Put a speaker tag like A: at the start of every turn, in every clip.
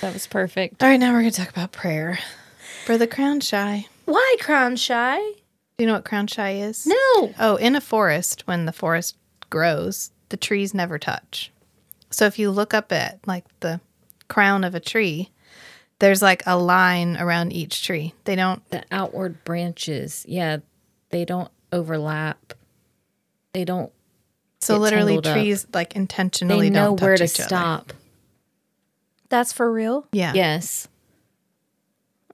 A: That was perfect.
B: All right, now we're going to talk about prayer for the crown shy.
C: Why crown shy?
B: Do you know what crown shy is?
C: No.
B: Oh, in a forest, when the forest grows, the trees never touch. So if you look up at like the crown of a tree, there's like a line around each tree. They don't.
A: The outward branches, yeah, they don't overlap. They don't.
B: So
A: Get
B: literally,
A: tangled up.
B: trees like
A: They
B: intentionally
A: know
B: don't touch
A: where to
B: each other.
A: stop.
C: That's for real?
B: Yeah.
A: Yes.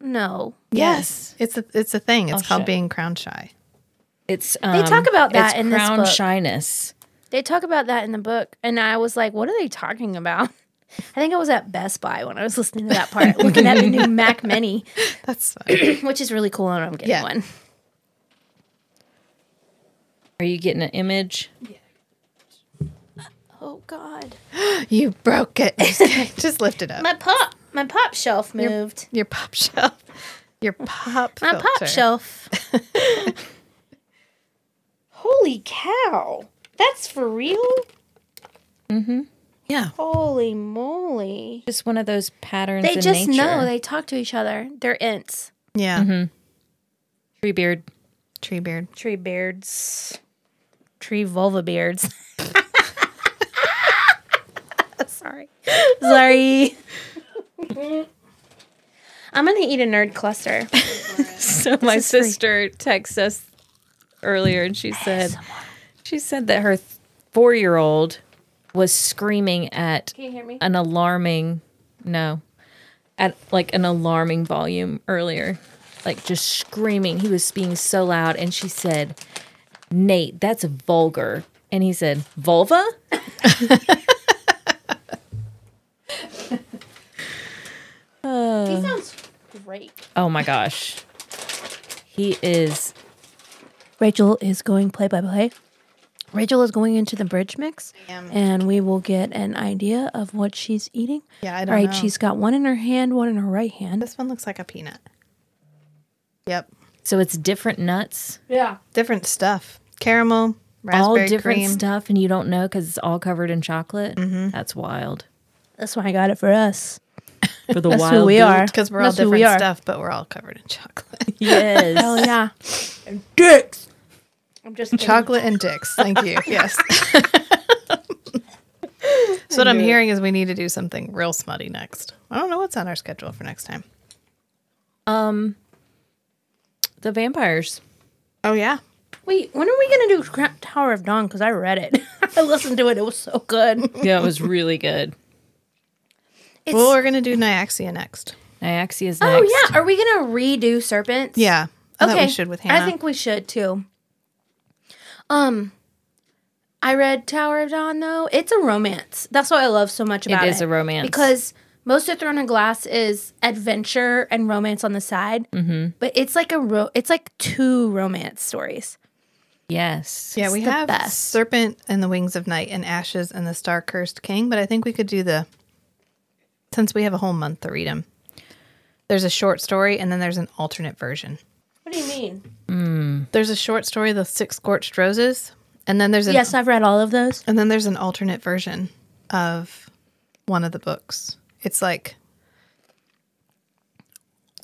C: No.
B: Yes. It's a it's a thing. It's
A: Oh,
B: called
A: shit.
B: being crown shy.
A: It's
C: They talk
A: um,
C: about that
A: it's
C: in this
A: crown
C: book.
A: shyness.
C: They talk about that in the book. And I was like, what are they talking about? I think I was at Best Buy when I was listening to that part, looking at the new Mac Mini,
B: That's fine.
C: which is really cool. And I'm getting
B: Yeah.
C: one.
A: Are you getting an image?
C: Oh, God.
B: you broke it. Just, kidding. Just lift it up.
C: My pop, my pop shelf moved.
B: Your pop shelf. Your pop.
C: my pop
B: filter.
C: shelf. Holy cow. That's for real?
B: Mm-hmm. Yeah.
C: Holy moly.
A: Just one of those patterns.
C: They
A: in
C: just
A: nature.
C: know they talk to each other. They're ints.
B: Yeah.
A: Mm-hmm. tree beard.
B: Tree beard.
C: Tree beards. Tree vulva beards. Sorry. Sorry. I'm gonna eat a nerd cluster.
A: So my sister texts us earlier, and she said, she said that her four year old was screaming at
C: Can you hear me?
A: an alarming, no, at like an alarming volume earlier, like just screaming. He was being so loud, and she said, "Nate, that's vulgar." And he said, "Vulva."
C: he sounds great.
A: Oh my gosh, he is
C: Rachel is going play by play. Rachel is going into the bridge mix, and we will get an idea of what she's eating.
B: Yeah, I
C: All
B: don't
C: right,
B: know.
C: she's got one in her hand, one in her right hand.
B: This one looks like a peanut. Yep.
A: so it's different nuts.
C: Yeah.
B: Different stuff. Caramel,
A: all
B: raspberry
A: different
B: cream.
A: stuff and you don't know because it's all covered in chocolate.
C: Mm-hmm.
A: That's wild.
C: That's why I got it for us.
A: For the
C: That's
A: wild
C: who we
A: goose.
C: are.
B: Because we're
C: That's
B: all
C: who we
B: different
C: are.
B: stuff, but we're all covered in chocolate.
A: Yes.
C: Oh yeah.
B: Dicks.
C: I'm just kidding.
B: Chocolate and dicks. Thank you. Yes. so what I'm hearing is we need to do something real smutty next. I don't know what's on our schedule for next time.
A: the vampires.
B: Oh yeah.
C: Wait, when are we gonna do Cra- Tower of Dawn? Because I read it. I listened to it. It was so good.
A: Yeah, it was really good.
C: It's,
B: Well, we're gonna do Nyaxia next.
A: Nyaxia's next.
C: oh yeah. Are we gonna redo Serpents?
B: Yeah. I thought we should with Hannah.
C: I think we should too. Um, I read Tower of Dawn though. It's a romance. That's what I love so much about it.
A: is a romance.
C: because most of Throne of Glass is adventure and romance on the side. Mm-hmm. But it's like a ro- it's like two romance stories.
A: Yes.
B: yeah, we
C: the
B: have
C: best.
B: Serpent and the Wings of Night and Ashes and the Star Cursed King, but I think we could do the since we have a whole month to read them. There's a short story and then there's an alternate version.
C: What do you mean?
B: There's a short story, The Six Scorched Roses, and then there's an
C: Yes, I've read all of those.
B: And then there's an alternate version of one of the books. It's like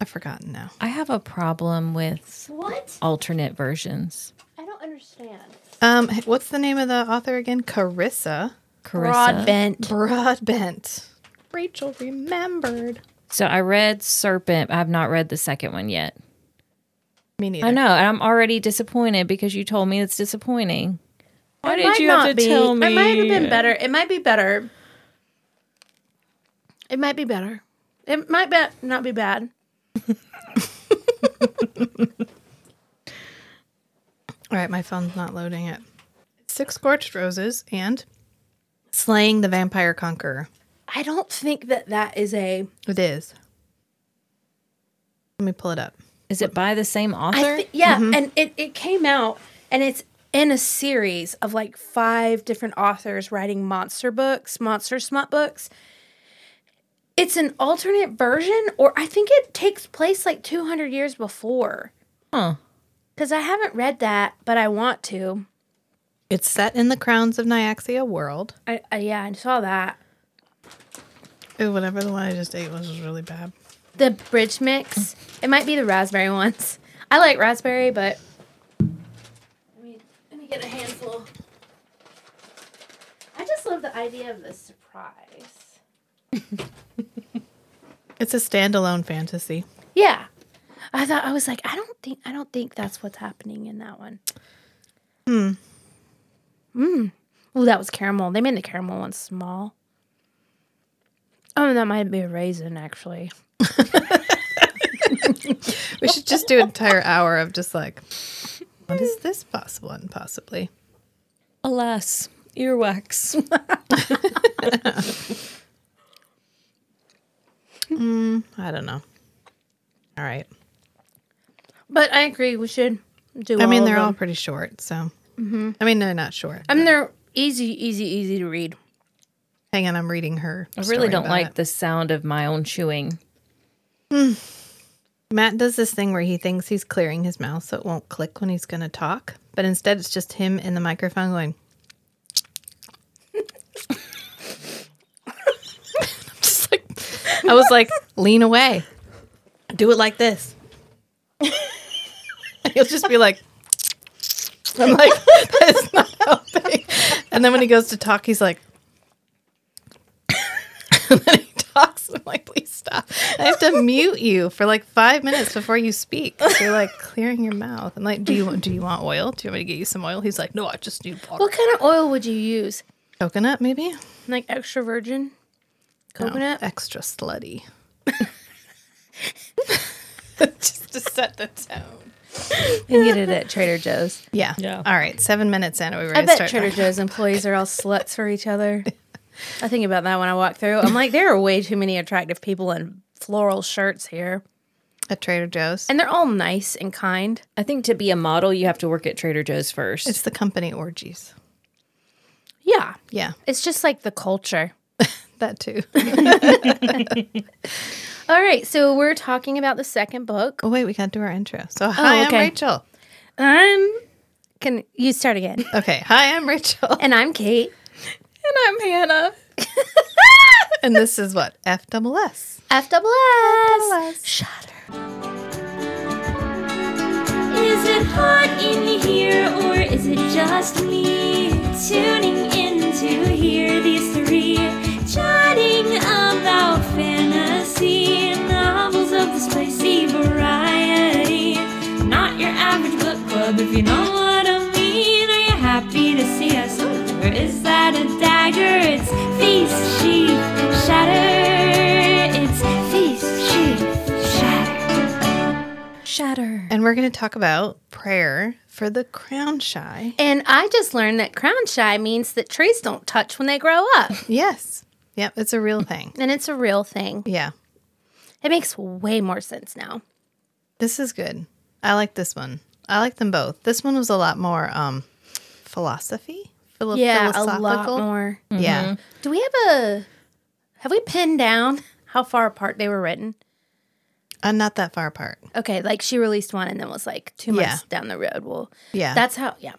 B: I've forgotten now.
A: I have a problem with
C: What?
A: alternate versions.
C: I don't understand.
B: Um, what's the name of the author again? Carissa
A: Carissa.
C: Broadbent.
B: Broadbent. Rachel remembered.
A: So I read Serpent. I've not read the second one yet.
B: Me neither.
A: I know, and I'm already disappointed because you told me it's disappointing. Why
C: It
A: did
C: might
A: you have
C: not
A: to
C: be.
A: tell me?
C: It might have been better. It might be better. It might be better. It might be, not be bad.
B: All right, my phone's not loading it. Six Scorched Roses and Slaying the Vampire Conqueror.
C: I don't think that that is a.
B: It is. Let me pull it up.
A: Is it by the same author?
C: I thi- yeah, and it, it came out and it's in a series of like five different authors writing monster books, monster smut books. It's an alternate version, or I think it takes place like 200 years before.
A: Huh.
C: Because I haven't read that, but I want to.
B: It's set in the Crowns of Nyaxia world.
C: I, I yeah, I saw that.
B: Ooh, whatever the one I just ate was was really bad.
C: The bridge mix. It might be the raspberry ones. I like raspberry, but let me, let me get a handful. I just love the idea of the surprise.
B: It's a standalone fantasy.
C: Yeah. I thought I was like, I don't think I don't think that's what's happening in that one. Hmm. Hmm. Oh, that was caramel. They made the caramel one small. Oh, that might be a raisin actually.
B: We should just do an entire hour of just like, what is this possible and possibly?
A: Alas, earwax.
B: I don't know. All right.
C: But I agree, we should do.
B: I mean,
C: of
B: they're all
C: them.
B: pretty short. So, I mean, they're not short.
C: I mean, they're easy, easy, easy to read.
B: Hang on, I'm reading her.
A: I really don't like the sound of my own chewing.
B: Matt does this thing where he thinks he's clearing his mouth so it won't click when he's going to talk, but instead it's just him in the microphone going. I'm just like, I was like, lean away, do it like this. He'll just be like, I'm like, that's not helping. And then when he goes to talk, he's like, and then he talks. I'm like, please stop. I have to mute you for like five minutes before you speak. 'cause You're like clearing your mouth. I'm like, do you want do you want oil? Do you want me to get you some oil? He's like, no, I just need water.
C: What kind of oil would you use?
B: Coconut, maybe.
C: Like extra virgin coconut?
B: No, extra slutty. just to set the tone.
A: You get it at Trader Joe's.
B: Yeah.
A: Yeah.
B: All right. Seven minutes in. Are we ready
C: I
B: to
C: bet
B: start?
C: Trader Joe's employees are all sluts for each other. I think about that when I walk through. I'm like, there are way too many attractive people in floral shirts here,
B: At Trader Joe's.
C: and they're all nice and kind.
A: I think to be a model, you have to work at Trader Joe's first.
B: It's the company orgies.
C: Yeah,
B: Yeah.
C: it's just like the culture.
B: That too.
C: All right, so we're talking about the second book.
B: oh wait, we gotta do our intro. So hi,
C: okay.
B: I'm Rachel.
C: Um, can you start again?
B: Okay. Hi, I'm Rachel.
C: And I'm Kate.
B: And I'm Hannah. and this is what? F double S.
C: F double S.
B: Shutter.
D: Is it hot in here or is it just me? Tuning in to hear these three chatting about fantasy novels of the spicy variety. Not your average book club, if you know what I mean. Are you happy to see us? Or is that a dagger? It's feast, sheath, shatter. It's feast, sheath, shatter.
A: Shatter.
B: And we're gonna talk about prayer for the crown shy.
C: And I just learned that crown shy means that trees don't touch when they grow up.
B: Yes. Yep, it's a real thing.
C: and it's a real thing.
B: Yeah.
C: It makes way more sense now.
B: This is good. I like this one. I like them both. This one was a lot more um philosophy. Philo- philosophical.
C: more.
B: Yeah.
C: Do we have a have we pinned down how far apart they were written?
B: I'm not that far apart.
C: Okay, like she released one and then was like two
B: Yeah.
C: months down the road. Well,
B: Yeah.
C: that's how. Yeah,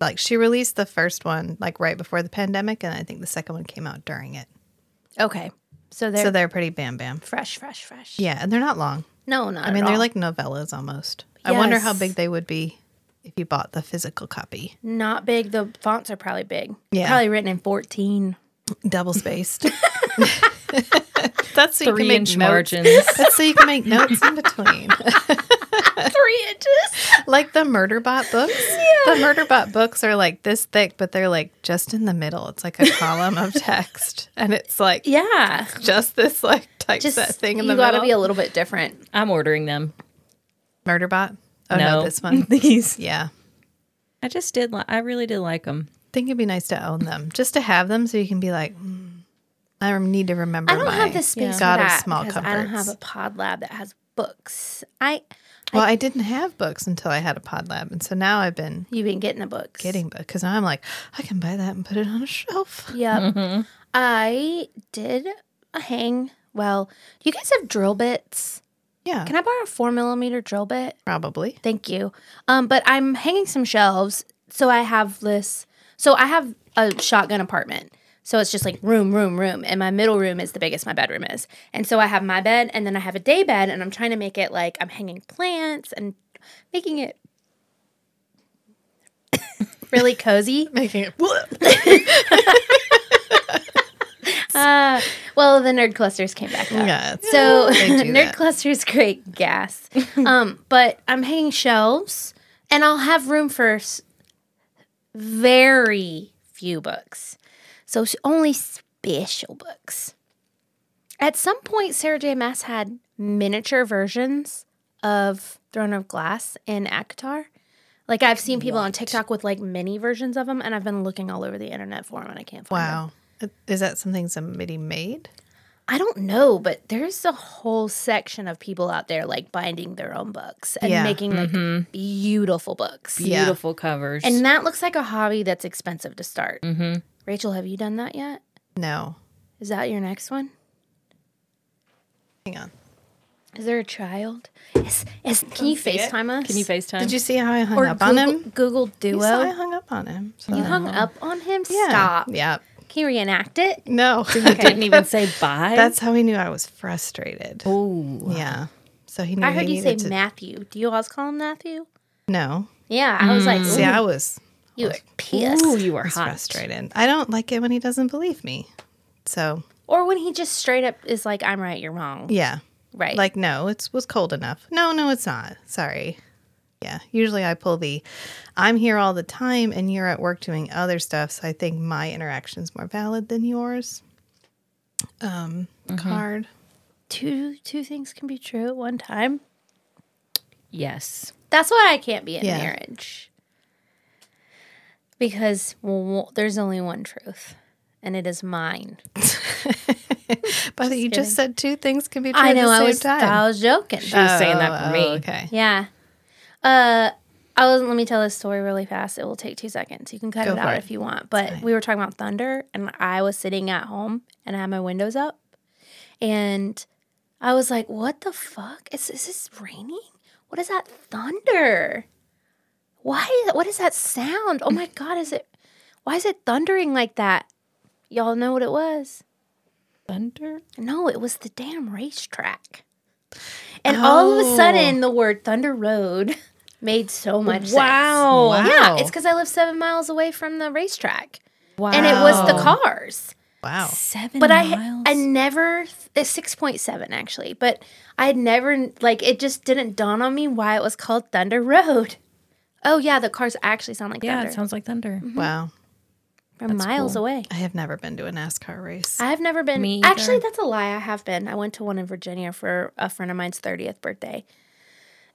B: like she released the first one like right before the pandemic and I think the second one came out during it.
C: okay. So they're,
B: so they're pretty bam bam.
C: fresh, fresh, fresh.
B: Yeah, and they're not long.
C: No, not.
B: I mean, they're like novellas almost. I wonder how big they would be if you bought the physical copy,
C: not big. The fonts are probably big.
B: Yeah.
C: probably written in fourteen.
B: double spaced. That's so you can
A: Three
B: make
A: inch
B: notes.
A: margins.
B: That's so you can make notes in between,
C: Three inches.
B: like the Murderbot books. The Murderbot books are like this thick, but they're like just in the middle. It's like a column of text, and it's like
C: Yeah,
B: just this like
C: just
B: typeset thing in
C: you
B: the
C: got to
B: middle.
C: be a little bit different.
A: I'm ordering them.
B: Murderbot. Oh no. this one.
A: These.
B: Yeah,
A: I just did. Li- I really did like them.
B: I think it'd be nice to own them, just to have them, so you can be like. "Hmm, I need to remember.
C: I don't
B: my
C: have the space for
B: God of
C: that
B: small
C: because I don't have
B: comforts."
C: a pod lab that has books. I
B: Well, I didn't have books until I had a pod lab. And so now I've been
C: you've been getting the books.
B: getting books because now I'm like, I can buy that and put it on a shelf.
C: Yep. I did a hang. Well, do you guys have drill bits?
B: Yeah.
C: Can I borrow a four millimeter drill bit?
B: Probably.
C: Thank you. Um, but I'm hanging some shelves, so I have this. So I have a shotgun apartment. So it's just like room, room, room. And my middle room is the biggest my bedroom is. And so I have my bed and then I have a day bed and I'm trying to make it like I'm hanging plants and making it really cozy.
B: Making it.
C: Uh, well, the nerd clusters came back up.
B: Yeah. it's-
C: So
B: do
C: nerd
B: that.
C: cluster's great gas. um, but I'm hanging shelves and I'll have room for s- very few books. So s- only special books. At some point Sarah J Mass had miniature versions of Throne of Glass in ACOTAR. Like I've seen people on TikTok with like mini versions of them and I've been looking all over the internet for them and I can't find 'em.
B: Wow. Is that something somebody made?
C: I don't know, but there's a whole section of people out there like binding their own books and
B: Yeah.
C: making like beautiful books.
B: Yeah.
A: Beautiful covers.
C: And that looks like a hobby that's expensive to start. Rachel, have you done that yet?
B: No.
C: Is that your next one?
B: Hang on.
C: Is there a child? Is, is, can you
B: see it.
C: FaceTime us?
A: Can you FaceTime?
B: Did you see how I hung
C: or
B: up
C: Google,
B: on him?
C: Google
B: You saw I
C: Duo?
B: hung up on him. So.
C: You hung up on him?
B: Uh-huh. Yeah.
C: Stop.
B: Yeah.
C: Can you reenact it?
B: No.
A: didn't even say bye.
B: That's how he knew I was frustrated.
A: oh,
B: Yeah. So he knew
C: I heard
B: he
C: you say
B: needed to-
C: Matthew. Do you always call him Matthew?
B: No.
C: Yeah, I was like,
B: See,
C: ooh,
B: I was
C: you were pissed.
A: Ooh, you are
B: I was
A: hot.
B: frustrated. I don't like it when he doesn't believe me. So
C: Or when he just straight up is like, I'm right, you're wrong.
B: yeah.
C: Right.
B: Like no, it's was cold enough. No, no, it's not. Sorry. Yeah. Usually I pull the I'm here all the time and you're at work doing other stuff, so I think my interaction's more valid than yours. Um
C: Mm-hmm.
B: card.
C: two two things can be true at one time.
A: yes.
C: That's why I can't be in
B: Yeah.
C: marriage. Because well, there's only one truth, and it is mine.
B: But you just said two things can be true
C: I know.
B: at the
C: I
B: same
C: was
B: time.
C: I was joking.
A: She was saying that for
B: Oh,
A: me.
B: Okay.
C: Yeah. Uh, I was. Let me tell this story really fast. It will take two seconds. You can cut
B: Go
C: it
B: for
C: out
B: it.
C: if you want. But we were talking about thunder, and I was sitting at home, and I had my windows up, and I was like, "What the fuck is, is this raining? What is that thunder? Why? is- What is that sound? Oh my god! Is it? Why is it thundering like that? Y'all know what it was?
A: Thunder.
C: No, it was the damn racetrack. And all of a
B: Oh.
C: sudden, the word Thunder Road made so much
A: Wow.
C: sense. Yeah,
B: Wow.
C: it's because I live seven miles away from the racetrack,
A: Wow.
C: and it was the cars.
B: Wow.
A: Seven
C: But I,
A: miles.
C: I never uh, six point seven actually, but I had never like it just didn't dawn on me why it was called Thunder Road. Oh yeah, the cars actually sound like
A: yeah, it
C: thunder
A: sounds like thunder.
C: Mm-hmm.
B: Wow.
C: from miles away.
B: I have never been to a NASCAR race.
C: I've never been.
A: Me
C: actually,
A: either.
C: that's a lie. I have been. I went to one in Virginia for a friend of mine's 30th birthday.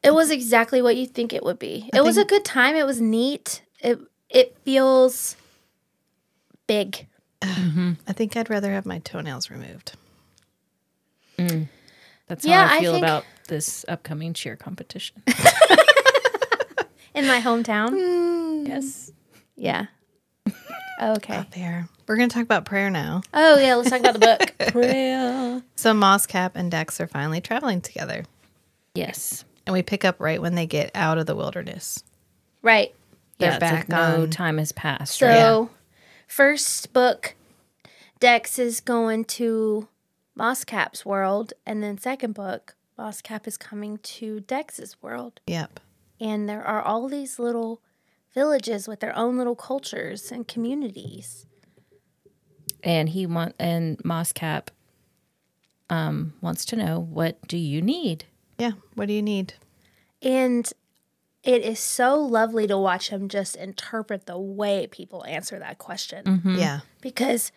C: It was exactly what you think it would be. it was a good time. It was neat. It it feels big.
B: I think I'd rather have my toenails removed.
A: That's
C: Yeah,
A: how
C: I
A: I feel
C: think-
A: about this upcoming cheer competition.
C: In my
A: Mm.
C: hometown.
A: yes.
C: yeah. Okay.
B: There. We're going to talk about prayer now.
C: Oh yeah, let's talk about the book.
A: Prayer.
B: So Moscap and Dex are finally traveling together,
A: Yes.
B: and we pick up right when they get out of the wilderness.
C: Right.
B: They're
A: yeah, it's like
B: back on.
A: no time has passed.
C: So,
A: right?
C: first book, Dex is going to Moscap's world, and then second book, Moscap is coming to Dex's world.
B: Yep.
C: And there are all these little villages with their own little cultures and communities.
A: and he want and Moscap um wants to know what do you need?
B: Yeah. What do you need?
C: And it is so lovely to watch him just interpret the way people answer that question.
B: Yeah.
C: because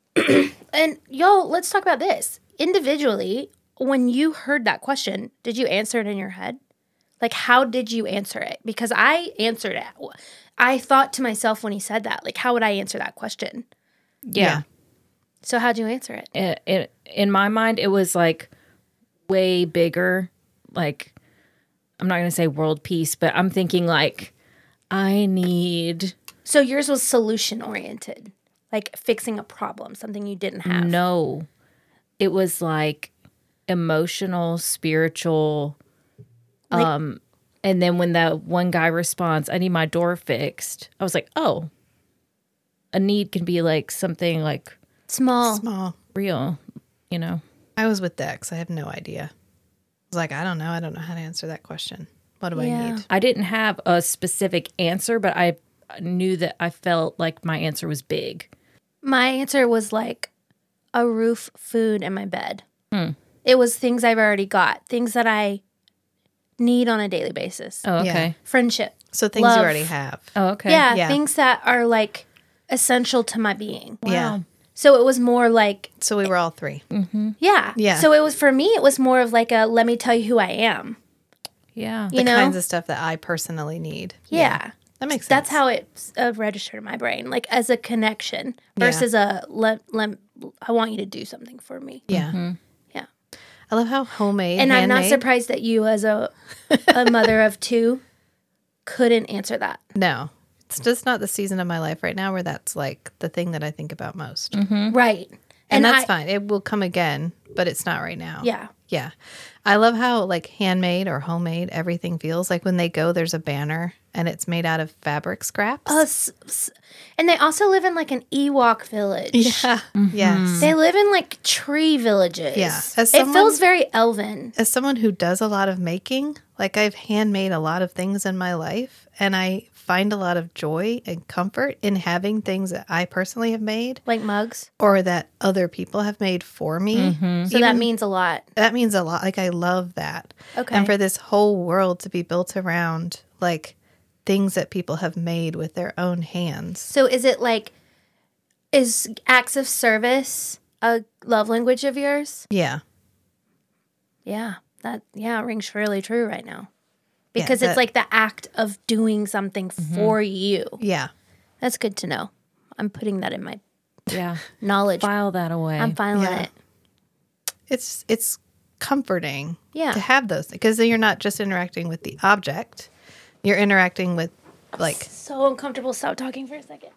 C: and y'all let's talk about this individually when you heard that question did you answer it in your head like how did you answer it because i answered it i thought to myself when he said that like how would i answer that question
A: Yeah.
C: so how'd you answer it
A: It, it, in my mind it was like way bigger like I'm not going to say world peace, but I'm thinking like I need
C: so yours was solution oriented like fixing a problem something you didn't have
A: No, it was like emotional, spiritual.
C: Like-
A: um, and then when that one guy responds, "I need my door fixed," I was like, "Oh, a need can be like something like
C: Small.
B: Small.
A: real, you know.
B: I was with Dex. I have no idea. I was like, I don't know. I don't know how to answer that question. What do I
C: Yeah.
B: need?
A: I didn't have a specific answer, but I knew that I felt like my answer was big.
C: My answer was like a roof, food, and my bed.
B: Hmm.
C: It was things I've already got, things that I need on a daily basis.
A: Oh,
B: Yeah.
A: okay.
C: Friendship.
B: So things
C: Love.
B: you already have.
A: Oh, okay.
C: Yeah,
B: Yeah.
C: things that are like essential to my being.
B: Yeah.
C: So it was more like,
B: So we were all three.
C: yeah.
B: Yeah.
C: So it was for me, it was more of like a let me tell you who I am.
A: Yeah.
C: You
B: the
C: know?
B: kinds of stuff that I personally need.
C: yeah.
B: That makes sense.
C: That's how it uh, registered in my brain, like as a connection
B: Yeah.
C: versus a let, let, I want you to do something for me.
B: Yeah.
C: Mm-hmm. Yeah.
B: I love how homemade
C: And I'm not
B: handmade-
C: surprised that you, as a, a mother of two, couldn't answer that.
B: No. It's just not the season of my life right now where that's like the thing that I think about most. Hmm? And,
C: Right. Mm-hmm. And,
B: that's
C: I,
B: fine. It will come again, but it's not right now.
C: Yeah.
B: Yeah. I love how like handmade or homemade everything feels. Like when they go, there's a banner and it's made out of fabric scraps.
C: Uh, s- s- and they also live in like an Ewok village.
B: yeah. Ah, Yes.
C: They live in like tree villages.
B: Yeah.
C: It
B: As someone-
C: feels very elven.
B: as someone who does a lot of making, like I've handmade a lot of things in my life, and I find a lot of joy and comfort in having things that I personally have made
C: Like mugs.
B: or that other people have made for me.
C: So that means a lot.
B: That means a lot. Like I love that.
C: Okay.
B: And for this whole world to be built around like things that people have made with their own hands.
C: So is it like, is acts of service a love language of yours?
B: Yeah.
C: Yeah. That, yeah, rings really true right now.
B: Yeah,
C: Because
B: that- Mm-hmm.
C: it's like the act of doing something for you.
B: Yeah.
C: That's good to know. I'm putting that in my
A: Yeah.
C: knowledge.
A: File that away.
C: I'm filing
B: Yeah.
C: it.
B: It's it's comforting
C: Yeah.
B: to have those because then you're not just interacting with the object. You're interacting with like
C: So uncomfortable. Stop talking for a second.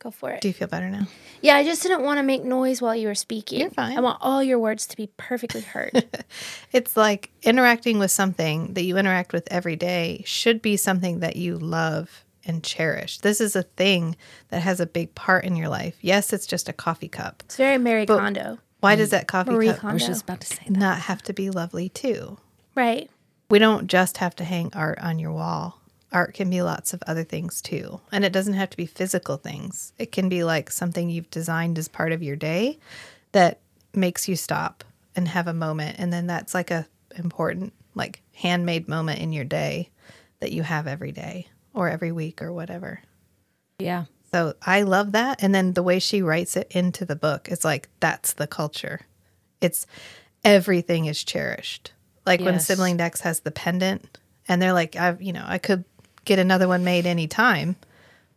C: Go for it.
B: Do you feel better now?
C: yeah, I just didn't want to make noise while you were speaking.
B: You're fine.
C: I want all your words to be perfectly heard.
B: It's like interacting with something that you interact with every day should be something that you love and cherish. This is a thing that has a big part in your life. Yes, it's just a coffee cup.
C: it's very Mary
B: But-
C: Kondo.
B: Why does that coffee
C: Mm. Marie
B: cup
A: I was
C: Kondo.
A: just about to say that.
B: not have to be lovely too?
C: Right.
B: We don't just have to hang art on your wall. Art can be lots of other things too. And it doesn't have to be physical things. It can be like something you've designed as part of your day that makes you stop and have a moment and then that's like a important like handmade moment in your day that you have every day or every week or whatever.
A: Yeah.
B: So I love that. And then the way she writes it into the book is like, that's the culture. It's everything is cherished. Like when
A: Yes.
B: Sibling Dex has the pendant and they're like, I've, you know, I could get another one made anytime,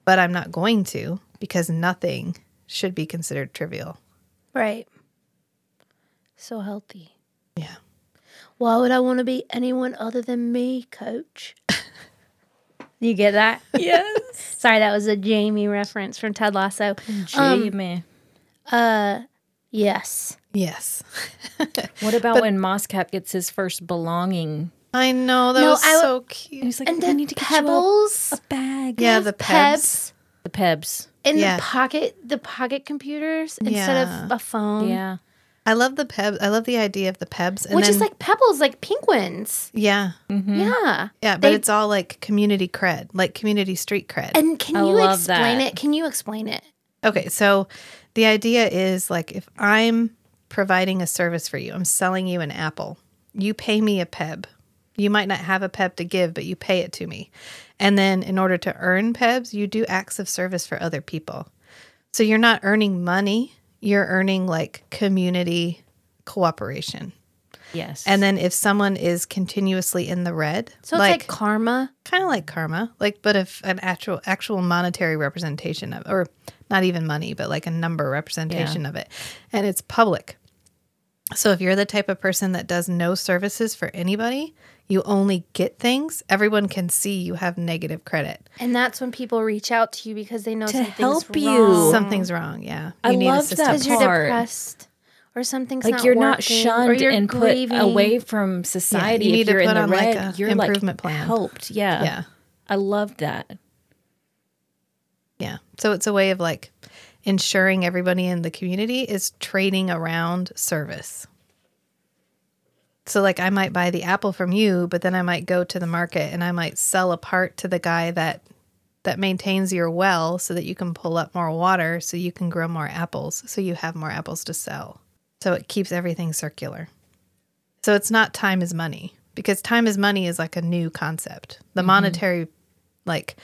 B: but I'm not going to because nothing should be considered trivial.
C: Right. So healthy.
B: Yeah.
C: Why would I want to be anyone other than me, coach? you get that?
A: Yes.
C: Sorry, that was a Jamie reference from Ted Lasso.
A: Jamie.
C: Yes.
B: Yes.
A: what about when Moscap gets his first belonging?
B: I know. That
C: No,
B: was
C: I w-
B: so cute.
A: He's like,
C: And
A: I
C: the
A: need to get you a-
C: pebbles.
A: a bag.
B: Yeah. The pebs.
C: Pebs.
A: The Pebs.
C: in
B: Yeah.
C: the pocket the pocket computers instead of
B: Yeah.
C: a phone
A: Yeah.
B: I love the pebs. I love the idea of the pebs. And
C: which is
B: then-
C: like pebbles like pink ones
B: yeah.
C: yeah
B: Yeah. But
C: They-
B: it's all like community cred, like community street cred.
C: and can
A: I
C: you
A: love
C: explain
A: that.
C: it can you explain it
B: Okay, so the idea is like if I'm providing a service for you, I'm selling you an apple. You pay me a peb. You might not have a peb to give, but you pay it to me. And then in order to earn pebs, you do acts of service for other people. So you're not earning money, you're earning like community cooperation.
A: Yes.
B: And then if someone is continuously in the red,
C: so it's like, karma
B: kind of like karma, like but if an actual actual monetary representation of, or not even money, but like a number representation of it, and it's public. So if you're the type of person that does no services for anybody, you only get things. Everyone can see you have negative credit.
C: and that's when people reach out to you because they know
A: To
C: something's
A: help you.
C: wrong.
B: Something's wrong. Yeah,
A: I love that
C: because you're
A: Part.
C: depressed or something's
A: like
C: not
A: you're not
C: working,
A: shunned
C: or you're
A: and
C: grieving.
A: put away from society.
B: you need
A: if
B: to
A: you're in
B: put
A: the
B: on, like,
A: red,
B: a
A: you're
B: improvement
A: like
B: plan.
A: helped. Yeah.
B: Yeah.
A: I love that.
B: Yeah. So it's a way of like ensuring everybody in the community is trading around service. So like I might buy the apple from you, but then I might go to the market and I might sell a part to the guy that that maintains your well so that you can pull up more water so you can grow more apples so you have more apples to sell. So it keeps everything circular. So it's not time is money because time is money is like a new concept. The monetary, like,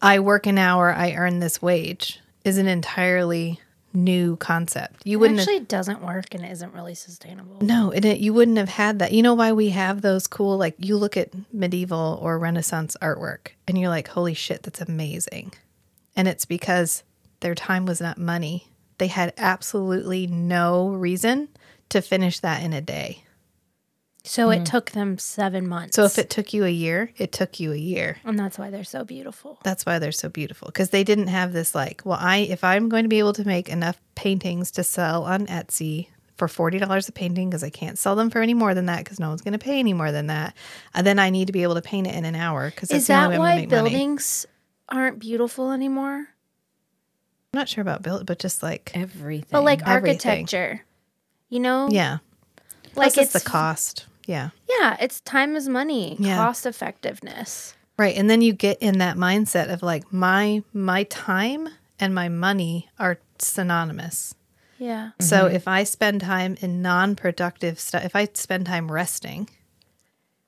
B: I work an hour, I earn this wage, is an entirely new concept. You
C: It
B: wouldn't
C: actually doesn't work and it isn't really sustainable.
B: have, no, and it, you wouldn't have had that. You know why we have those cool like you look at medieval or Renaissance artwork and you're like, holy shit, that's amazing, and it's because their time was not money. They had absolutely no reason to finish that in a day.
C: So it took them seven months.
B: Mm. So if it took you a year, it took you a year.
C: and that's why they're so beautiful.
B: That's why they're so beautiful because they didn't have this like, well, I if I'm going to be able to make enough paintings to sell on Etsy for forty dollars a painting because I can't sell them for any more than that because no one's going to pay any more than that, and then I need to be able to paint it in an hour because
C: Is
B: the only
C: that
B: way I'm gonna
C: why
B: make money.
C: buildings aren't beautiful anymore?
B: I'm not sure about build, but just like
A: Everything.
C: But like
B: Everything.
C: architecture, you know,
B: yeah,
C: Oh, like
B: plus it's
C: it's
B: the cost. Yeah.
C: Yeah, it's time is money,
B: Yeah.
C: cost effectiveness.
B: Right, and then you get in that mindset of like my my time and my money are synonymous.
C: Yeah,
B: So if I spend time in non-productive stuff, if I spend time resting,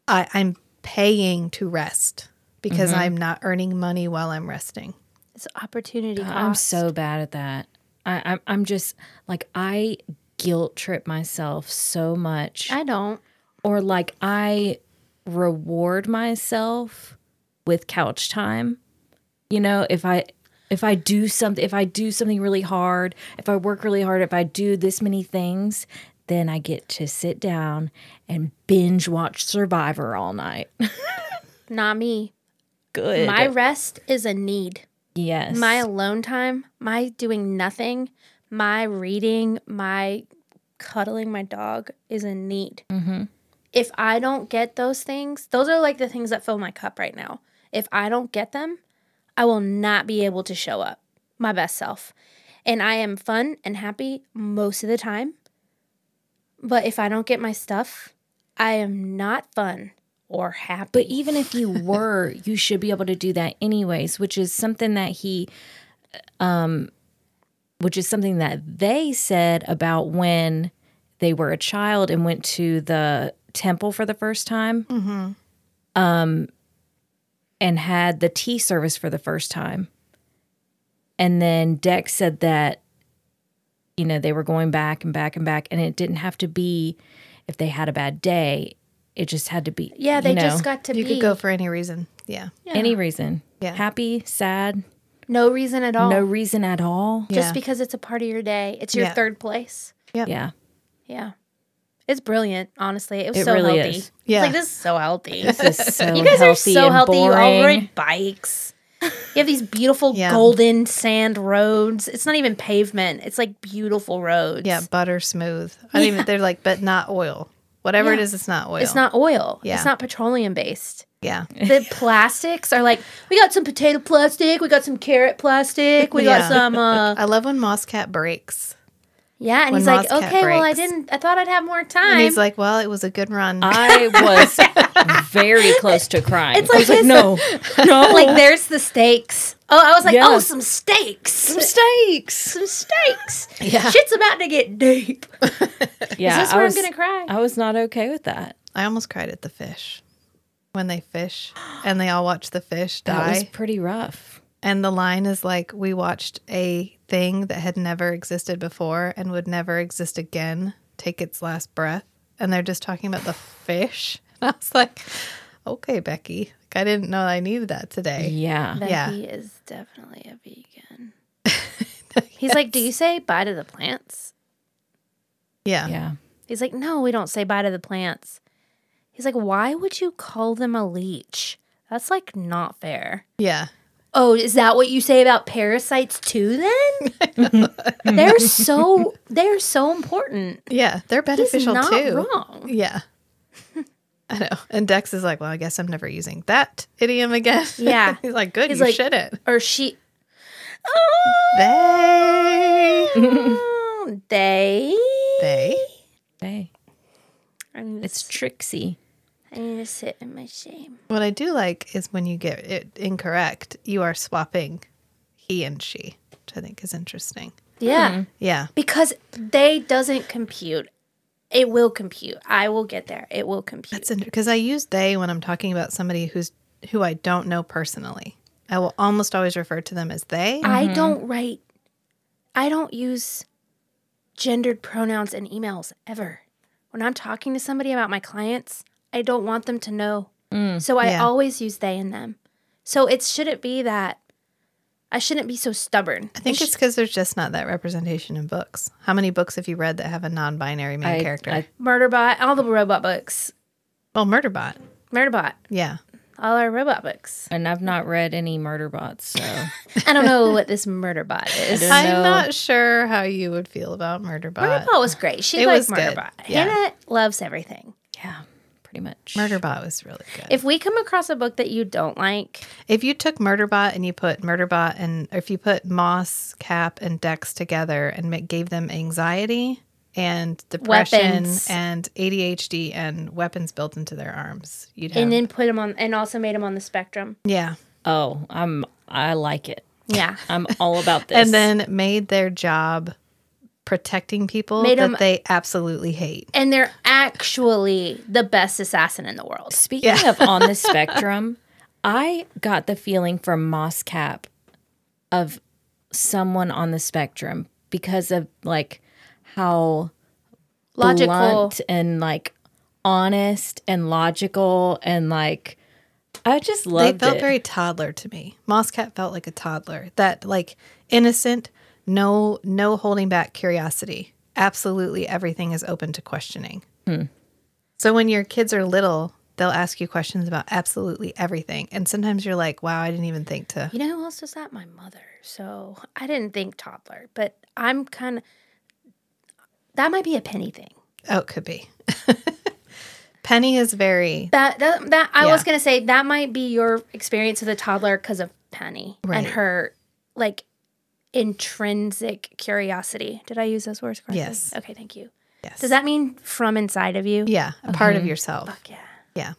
B: I, I'm paying to rest because I'm not earning money while I'm resting.
C: it's opportunity cost.
A: I'm so bad at that. I, I'm I'm just like I guilt trip myself so much,
C: I don't.
A: or like I reward myself with couch time. You know, if I if I do something, if I do something really hard, if I work really hard, if I do this many things, then I get to sit down and binge watch Survivor all night.
C: Not me.
A: Good.
C: My rest is a need.
A: yes.
C: My alone time, my doing nothing, my reading, my cuddling my dog is a need.
A: Mm-hmm.
C: If I don't get those things, those are like the things that fill my cup right now. If I don't get them, I will not be able to show up my best self. And I am fun and happy most of the time. But if I don't get my stuff, I am not fun or happy.
A: But even if you were, you should be able to do that anyways, which is something that he um which is something that they said about when they were a child and went to the temple for the first time. Um
C: Mm-hmm.
A: and had the tea service for the first time. And then Dex said that you know, they were going back and back and back and it didn't have to be if they had a bad day. It just had to be
C: yeah,
A: you
C: they
A: know.
C: just got to
B: You
C: be
B: could go for any reason. Yeah.
A: Any reason.
B: Yeah.
A: Happy, sad,
C: no reason at all.
A: no reason at all.
B: Yeah.
C: just because it's a part of your day. It's your
B: Yeah.
C: third place.
A: Yeah.
C: Yeah. It's brilliant, honestly. It was
A: It
C: so
A: really
C: healthy.
A: is.
C: It's
B: Yeah.
C: like this is so healthy.
A: This is so
C: you guys are
A: healthy
C: so
A: and
C: healthy. You all
A: boring.
C: ride bikes. You have these beautiful
B: Yeah.
C: golden sand roads. It's not even pavement. It's like beautiful roads.
B: Yeah, butter smooth. I don't even they're like, but not oil. Whatever it
C: Yeah.
B: is, it's not oil.
C: It's not oil.
B: Yeah.
C: It's not petroleum based.
B: Yeah.
C: The plastics are like we got some potato plastic, we got some carrot plastic, we
B: Yeah.
C: got some uh
B: I love when Moss Cat breaks.
C: Yeah, and
B: When
C: he's like,
B: Moscat
C: Okay, well I
B: breaks.
C: didn't I thought I'd have more time. Uh.
B: And he's like, well, it was a good run.
A: I was very close to crying. It's
C: like
A: I was like,
C: his-
A: no, no.
C: like there's the steaks. Oh, I was like,
A: Yeah.
C: oh, some steaks, some
A: mistakes.
C: some steaks.
B: Yeah.
C: Shit's about to get deep.
A: Yeah.
C: Is this
A: I
C: where
A: was,
C: I'm gonna cry?
A: I was not okay with that.
B: I almost cried at the fish when they fish and they all watch the fish die.
A: That was pretty rough.
B: And the line is like, we watched a thing that had never existed before and would never exist again take its last breath. And they're just talking about the fish. And I was like, okay, Becky. Like, I didn't know I needed that today.
A: Yeah.
B: Yeah.
C: Becky is definitely a vegan. He's like, do you say bye to the plants?
B: Yeah.
A: Yeah.
C: He's like, no, we don't say bye to the plants. He's like, why would you call them a leech? That's like not fair.
B: Yeah.
C: Oh, is that what you say about parasites too then? they're so they're so important.
B: Yeah. They're
C: He's
B: beneficial
C: not
B: too.
C: wrong.
B: Yeah. I know. And Dex is like, well, I guess I'm never using that idiom again.
C: Yeah.
B: He's like, good.
C: He's
B: you
C: like-
B: shouldn't.
C: or she
B: They.
C: Oh, they.
B: They.
A: Hey,
C: I need, to,
A: it's Trixie.
C: I need to sit in my shame.
B: What I do like is when you get it incorrect, you are swapping he and she, which I think is interesting.
C: Yeah.
B: Yeah.
C: Because they doesn't compute. It will compute. I will get there. It will compute.
B: That's because I use they when I'm talking about somebody who's who I don't know personally. I will almost always refer to them as they.
C: I don't write. I don't use gendered pronouns in emails ever. When I'm talking to somebody about my clients, I don't want them to know. So I
B: Yeah.
C: always use they and them. So it shouldn't be that. I shouldn't be so stubborn.
B: I think it's because there's just not that representation in books. How many books have you read that have a non-binary main
A: I-
B: character?
A: I-
C: Murderbot, all the robot books.
B: well, Murderbot.
C: Murderbot,
B: Yeah.
C: all our robot books.
A: And I've not read any murder bots, so
C: I don't know what this Murderbot is.
A: don't
B: I'm
A: know.
B: not sure how you would feel about Murderbot.
C: Murderbot was great. She
B: It
C: liked
B: was good.
C: Murderbot.
B: Yeah.
C: Hannah loves everything.
A: yeah, pretty much.
B: Murderbot was really good. If,
C: If we come across a book that you don't like,
B: you took Murderbot and you put Murderbot and or if you put Moss, Cap, and Dex together and it gave them anxiety and depression
C: Weapons.
B: and ADHD and weapons built into their arms, you'd have
C: and then put him on, and also made him on the spectrum.
B: yeah.
A: Oh, I'm I like it.
C: Yeah.
A: I'm all about this.
B: And then made their job protecting people
C: Made
B: that
C: 'em-
B: they absolutely hate.
C: and they're actually the best assassin in the world.
A: Speaking of on the spectrum, I got the feeling from Moss Cap of someone on the spectrum because of like how
C: Logical.
A: blunt and like honest and logical and like I just
B: They
A: loved
B: felt
A: it.
B: very toddler to me. Moscat felt like a toddler. That like innocent, no no holding back curiosity. Absolutely everything is open to questioning.
A: Hmm.
B: So when your kids are little, they'll ask you questions about absolutely everything. And sometimes you're like, wow, I didn't even think to
C: You know who else was that? My mother. So I didn't think toddler, but I'm kind of. That might be a penny thing.
B: Oh, it could be. Penny is very
C: That that, that I was
B: Yeah.
C: gonna say that might be your experience with a toddler because of Penny
B: Right.
C: and her like intrinsic curiosity. Did I use those words correctly?
B: Yes.
C: Okay, thank you.
B: yes.
C: Does that mean from inside of you?
B: Yeah, a part
A: Mm-hmm.
B: of yourself.
C: Fuck yeah.
B: Yeah.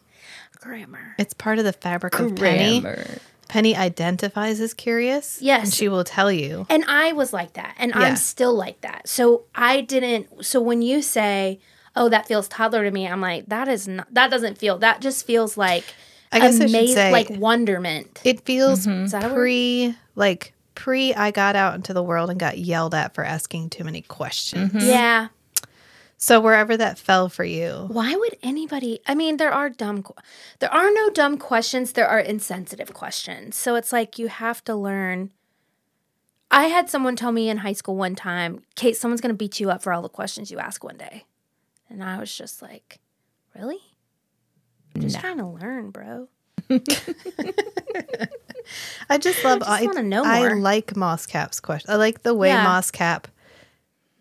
C: Grammar.
B: It's part of the fabric of Penny.
A: Grammar.
B: Penny identifies as curious.
C: Yes.
B: And she will tell you.
C: And I was like that, and
B: Yeah.
C: I'm still like that. So I didn't. So when you say, "Oh, that feels toddler to me," I'm like, "That is not. That doesn't feel. That just feels like
B: I guess I should
C: amaz-
B: say-
C: like wonderment."
B: It feels
A: Mm-hmm.
C: that a word?
B: pre like pre I got out into the world and got yelled at for asking too many questions.
A: Mm-hmm.
C: Yeah.
B: So wherever that fell for you.
C: Why would anybody? I mean, there are dumb. que- There are no dumb questions. There are insensitive questions. So it's like you have to learn. I had someone tell me in high school one time, "Kate, someone's going to beat you up for all the questions you ask one day," and I was just like, "Really?" I'm just trying to learn, bro.
B: I just love
C: just wanna know
B: I
C: more.
B: like Moss Cap's question. I like the way
C: Yeah.
B: Moss Cap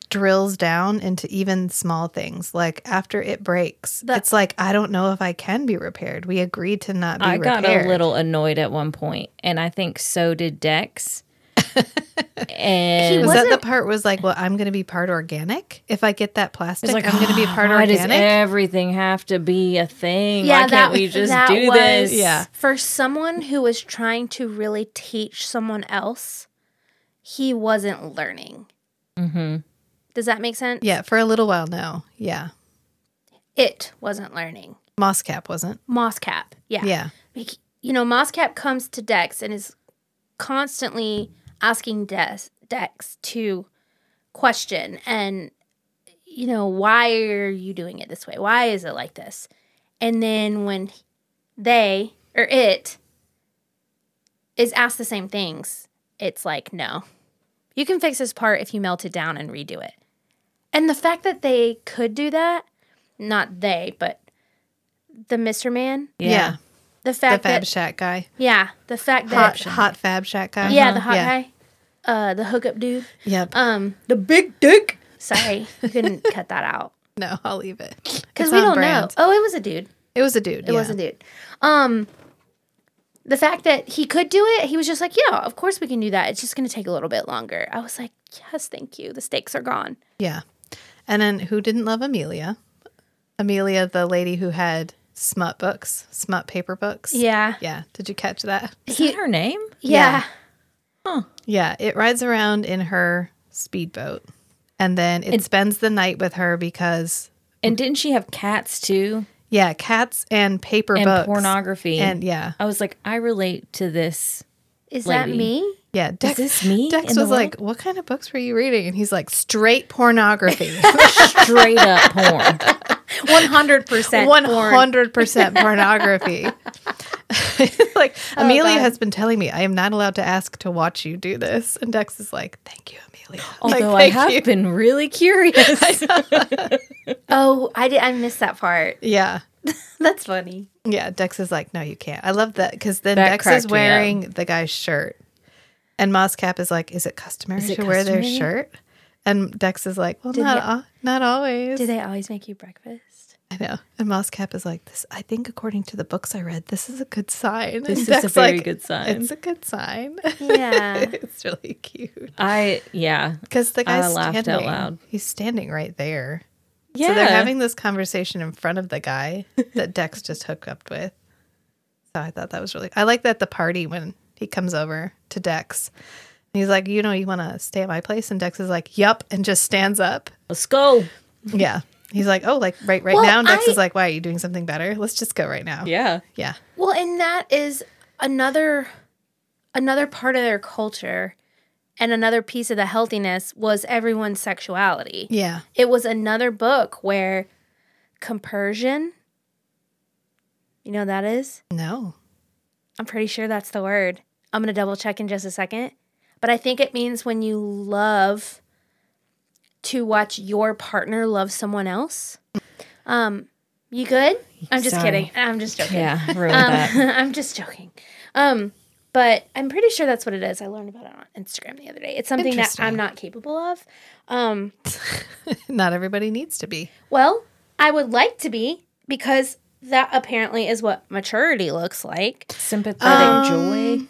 B: drills down into even small things. Like after it breaks,
C: The-
B: it's like I don't know if I can be repaired. We agreed to not be
A: I
B: repaired.
A: got a little annoyed at one point, and I think so did Dex. and
C: He
B: was that the
C: wasn't-
B: part was like, well, I'm going to be part organic. If I get that plastic,
A: It's like "Ah,
B: I'm going to be part
A: Why does
B: organic.
A: everything have to be a thing? Why can't we just
C: that
A: do this?
B: Yeah.
C: For someone who was trying to really teach someone else, he wasn't learning. Mm-hmm. Does that make sense?
B: yeah, for a little while now. Yeah.
C: It wasn't learning.
B: Moss Cap wasn't.
C: Moscap. Yeah.
B: Yeah.
C: Like, You know, Moscap comes to Dex and is constantly asking Dex, Dex to question and, you know, why are you doing it this way? Why is it like this? And then when they or it is asked the same things, it's like, no, you can fix this part if you melt it down and redo it. And the fact that they could do that, not they, but the Mr. Man,
B: Yeah.
C: the
B: The
C: fact
B: Fab
C: that
B: Shack guy.
C: yeah, the fact
B: Hot,
C: that
B: hot Fab Shack guy.
C: yeah, the hot
B: yeah.
C: guy, uh, the hookup dude,
B: Yep.
C: um,
A: The big dick.
C: sorry, you couldn't cut that out
B: no, I'll leave it. It's
C: because we
B: on
C: don't
B: brand.
C: know. Oh, it was a dude.
B: It was a dude.
C: It was a dude. Um, the fact that he could do it, he was just like, yeah, of course we can do that. It's just going to take a little bit longer. I was like, yes, thank you. The stakes are gone.
B: Yeah. And then who didn't love Amelia? Amelia, the lady who had smut books, smut paper books.
C: Yeah.
B: Yeah. Did you catch that?
A: Is that her name?
C: Yeah.
B: Yeah. It rides around in her speedboat and then it spends the night with her because,
A: And didn't she have cats too?
B: yeah, cats and paper
A: And
B: books.
A: pornography.
B: And yeah.
A: I was like, I relate to this.
C: Is that
A: Lady.
C: me?
B: Yeah. Dex,
A: this me
B: Dex
A: in the
B: was like, What kind of books were you reading? And he's like, Straight pornography.
A: Straight up porn.
C: 100%.
B: One
C: porn.
B: hundred percent pornography. like
A: Oh,
B: Amelia
C: God.
B: has been telling me, I am not allowed to ask to watch you do this, and Dex is like, "Thank you, Amelia." Like,
A: Although
B: thank
A: I have
B: you.
A: been really curious.
C: Oh, I did. I missed that part.
B: yeah,
C: That's funny.
B: yeah. Dex is like, "No, you can't." I love that because then
A: That
B: Dex
A: cracked
B: is
A: me up.
B: wearing the guy's shirt, and Moscap is like, "Is it customary
A: it
B: to wear their
A: customary?"
B: shirt?" And Dex is like, "Well,
C: Did
B: not
C: they-
B: al- not always."
C: Do they always make you breakfast?
B: I know. And Moscap is like, "This, I think, according to the books I read, this is a good sign."
A: This
B: and
A: is a very good sign.
B: It's a good sign.
C: Yeah.
B: it's really cute.
A: I yeah.
B: Because the guy's
A: I laughed out
B: standing,
A: loud.
B: He's standing right there.
A: Yeah.
B: So they're having this conversation in front of the guy that Dex just hooked up with. So I thought that was really. I like that the party when he comes over to Dex, and he's like, "You know, you want to stay at my place?" And Dex is like, "Yup," and just stands up.
A: Let's go.
B: Yeah. He's like, "Oh, like right, right
C: Well,
B: now." And Dex
C: I-
B: is like, "Why are you doing something better? Let's just go right now."
A: Yeah.
B: Yeah.
C: Well, and that is another another part of their culture and another piece of the healthiness was everyone's sexuality.
B: Yeah.
C: It was another book where compersion You know what that is?
B: No.
C: I'm pretty sure that's the word. I'm going to double check in just a second. But I think it means when you love to watch your partner love someone else. Um, you good? I'm just
A: Sorry.
C: kidding. I'm just joking.
A: Yeah. Ruined
C: Um,
A: that.
C: I'm just joking. Um, but I'm pretty sure that's what it is. I learned about it on Instagram the other day. It's something that
B: Interesting.
C: I'm not capable of. Um,
B: Not everybody needs to be.
C: well, I would like to be because that apparently is what maturity looks like.
A: Sympathetic joy.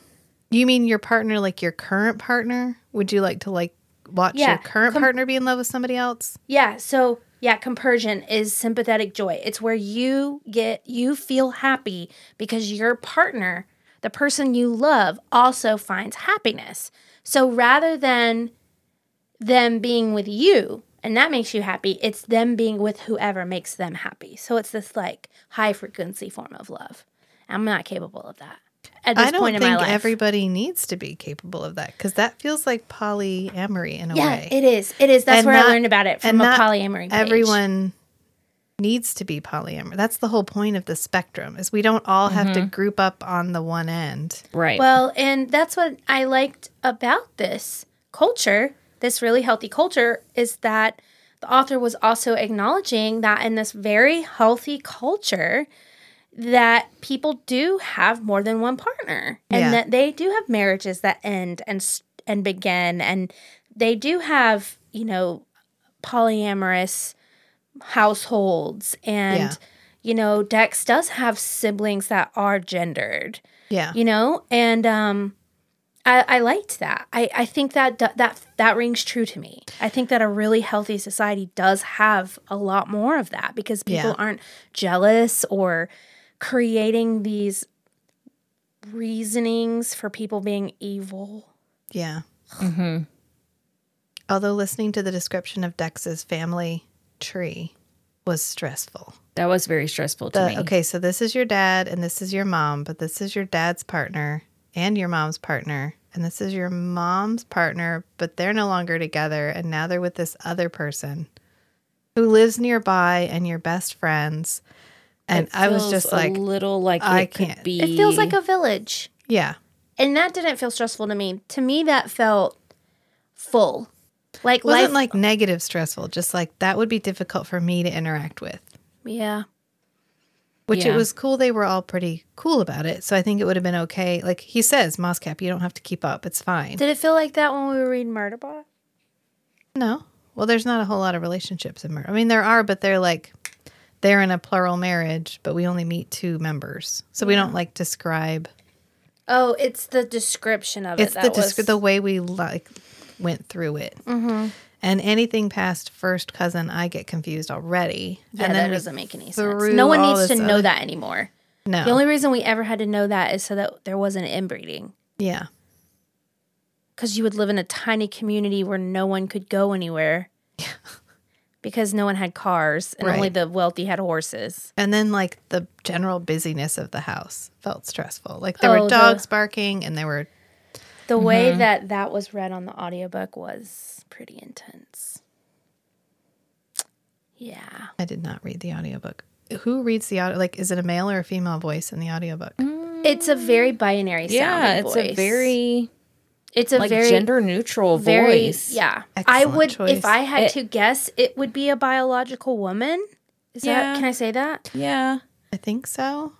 B: You mean your partner, like your current partner? Would you like to like watch
C: Yeah,
B: your current
C: com-
B: partner be in love with somebody else?
C: Yeah. So yeah, compersion is sympathetic joy. It's where you get you feel happy because your partner, the person you love, also finds happiness. So rather than them being with you and that makes you happy, it's them being with whoever makes them happy. So it's this like high frequency form of love. I'm not capable of that at this
B: I don't
C: point
B: think
C: in my life.
B: everybody needs to be capable of that because that feels like polyamory in a
C: yeah,
B: way.
C: it is. It is. That's
B: And
C: where
B: not-
C: I learned about it
B: and
C: from a
B: not
C: polyamory. Page.
B: Everyone needs to be polyamory. That's the whole point of the spectrum is we don't all have
C: Mm-hmm.
B: to group up on the one end.
A: Right.
C: Well, and that's what I liked about this culture, this really healthy culture, is that the author was also acknowledging that in this very healthy culture, that people do have more than one partner, and
B: Yeah.
C: that they do have marriages that end and s- and begin, and they do have you know polyamorous households, and
B: Yeah.
C: you know Dex does have siblings that are gendered,
B: Yeah.
C: you know and um i i liked that i i think that do- that that rings true to me i think that a really healthy society does have a lot more of that because people
B: Yeah.
C: aren't jealous or creating these reasonings for people being evil
B: Yeah.
A: Mm-hmm.
B: Although listening to the description of Dex's family tree was stressful.
A: that was very stressful to
B: The-
A: me.
B: okay, so this is your dad and this is your mom, but this is your dad's partner and your mom's partner, and this is your mom's partner, but they're no longer together, and now they're with this other person who lives nearby and your best friends. And
A: It
B: I was
A: feels
B: just like,
A: a little like
B: I
A: I it could
B: can't-
A: be.
C: it feels like a village
B: yeah,
C: and that didn't feel stressful to me to me that felt full like
B: wasn't like
C: life
B: negative stressful, just like that would be difficult for me to interact with.
C: yeah
B: Which it
A: Yeah.
B: was cool. They were all pretty cool about it. So I think it would have been okay. Like he says, Moscap, you don't have to keep up. It's fine.
C: did it feel like that when we were reading murderbot
B: No. Well, there's not a whole lot of relationships in murder. I mean, there are, but they're like they're in a plural marriage, but we only meet two members, so we don't like describe
C: Oh, it's the description of
B: it's
C: it.
B: the
C: that
B: disc-
C: was- Mm-hmm.
B: the way we like went through it and anything past first cousin i get confused already
C: Yeah,
B: and
C: that
B: we-
C: doesn't make any sense.
B: threw
C: No one
B: all
C: needs to
B: this
C: know
B: other- Oh.
C: that anymore.
B: no
C: The only reason we ever had to know that is so that there wasn't inbreeding.
B: yeah
C: Because you would live in a tiny community where no one could go anywhere. because no one had cars and only
B: Right.
C: the wealthy had horses.
B: and then like the general busyness of the house felt stressful like there
C: Oh,
B: were
C: the-
B: dogs barking and there were
C: The
B: Mm-hmm.
C: way that that was read on the audiobook was pretty intense. Yeah.
B: i did not read the audiobook who reads the audio like is it a male or a female voice in the audiobook
C: Mm-hmm. It's a very binary sounding
A: Yeah, it's a
C: voice.
A: very
C: it's a
A: like
C: very
A: gender neutral
C: very
A: voice.
C: yeah. I
B: Excellent
C: would
B: choice.
C: if I had
A: It-
C: to guess, it would be a biological woman. Is
A: Yeah.
C: that can I say that?
A: yeah.
B: i think so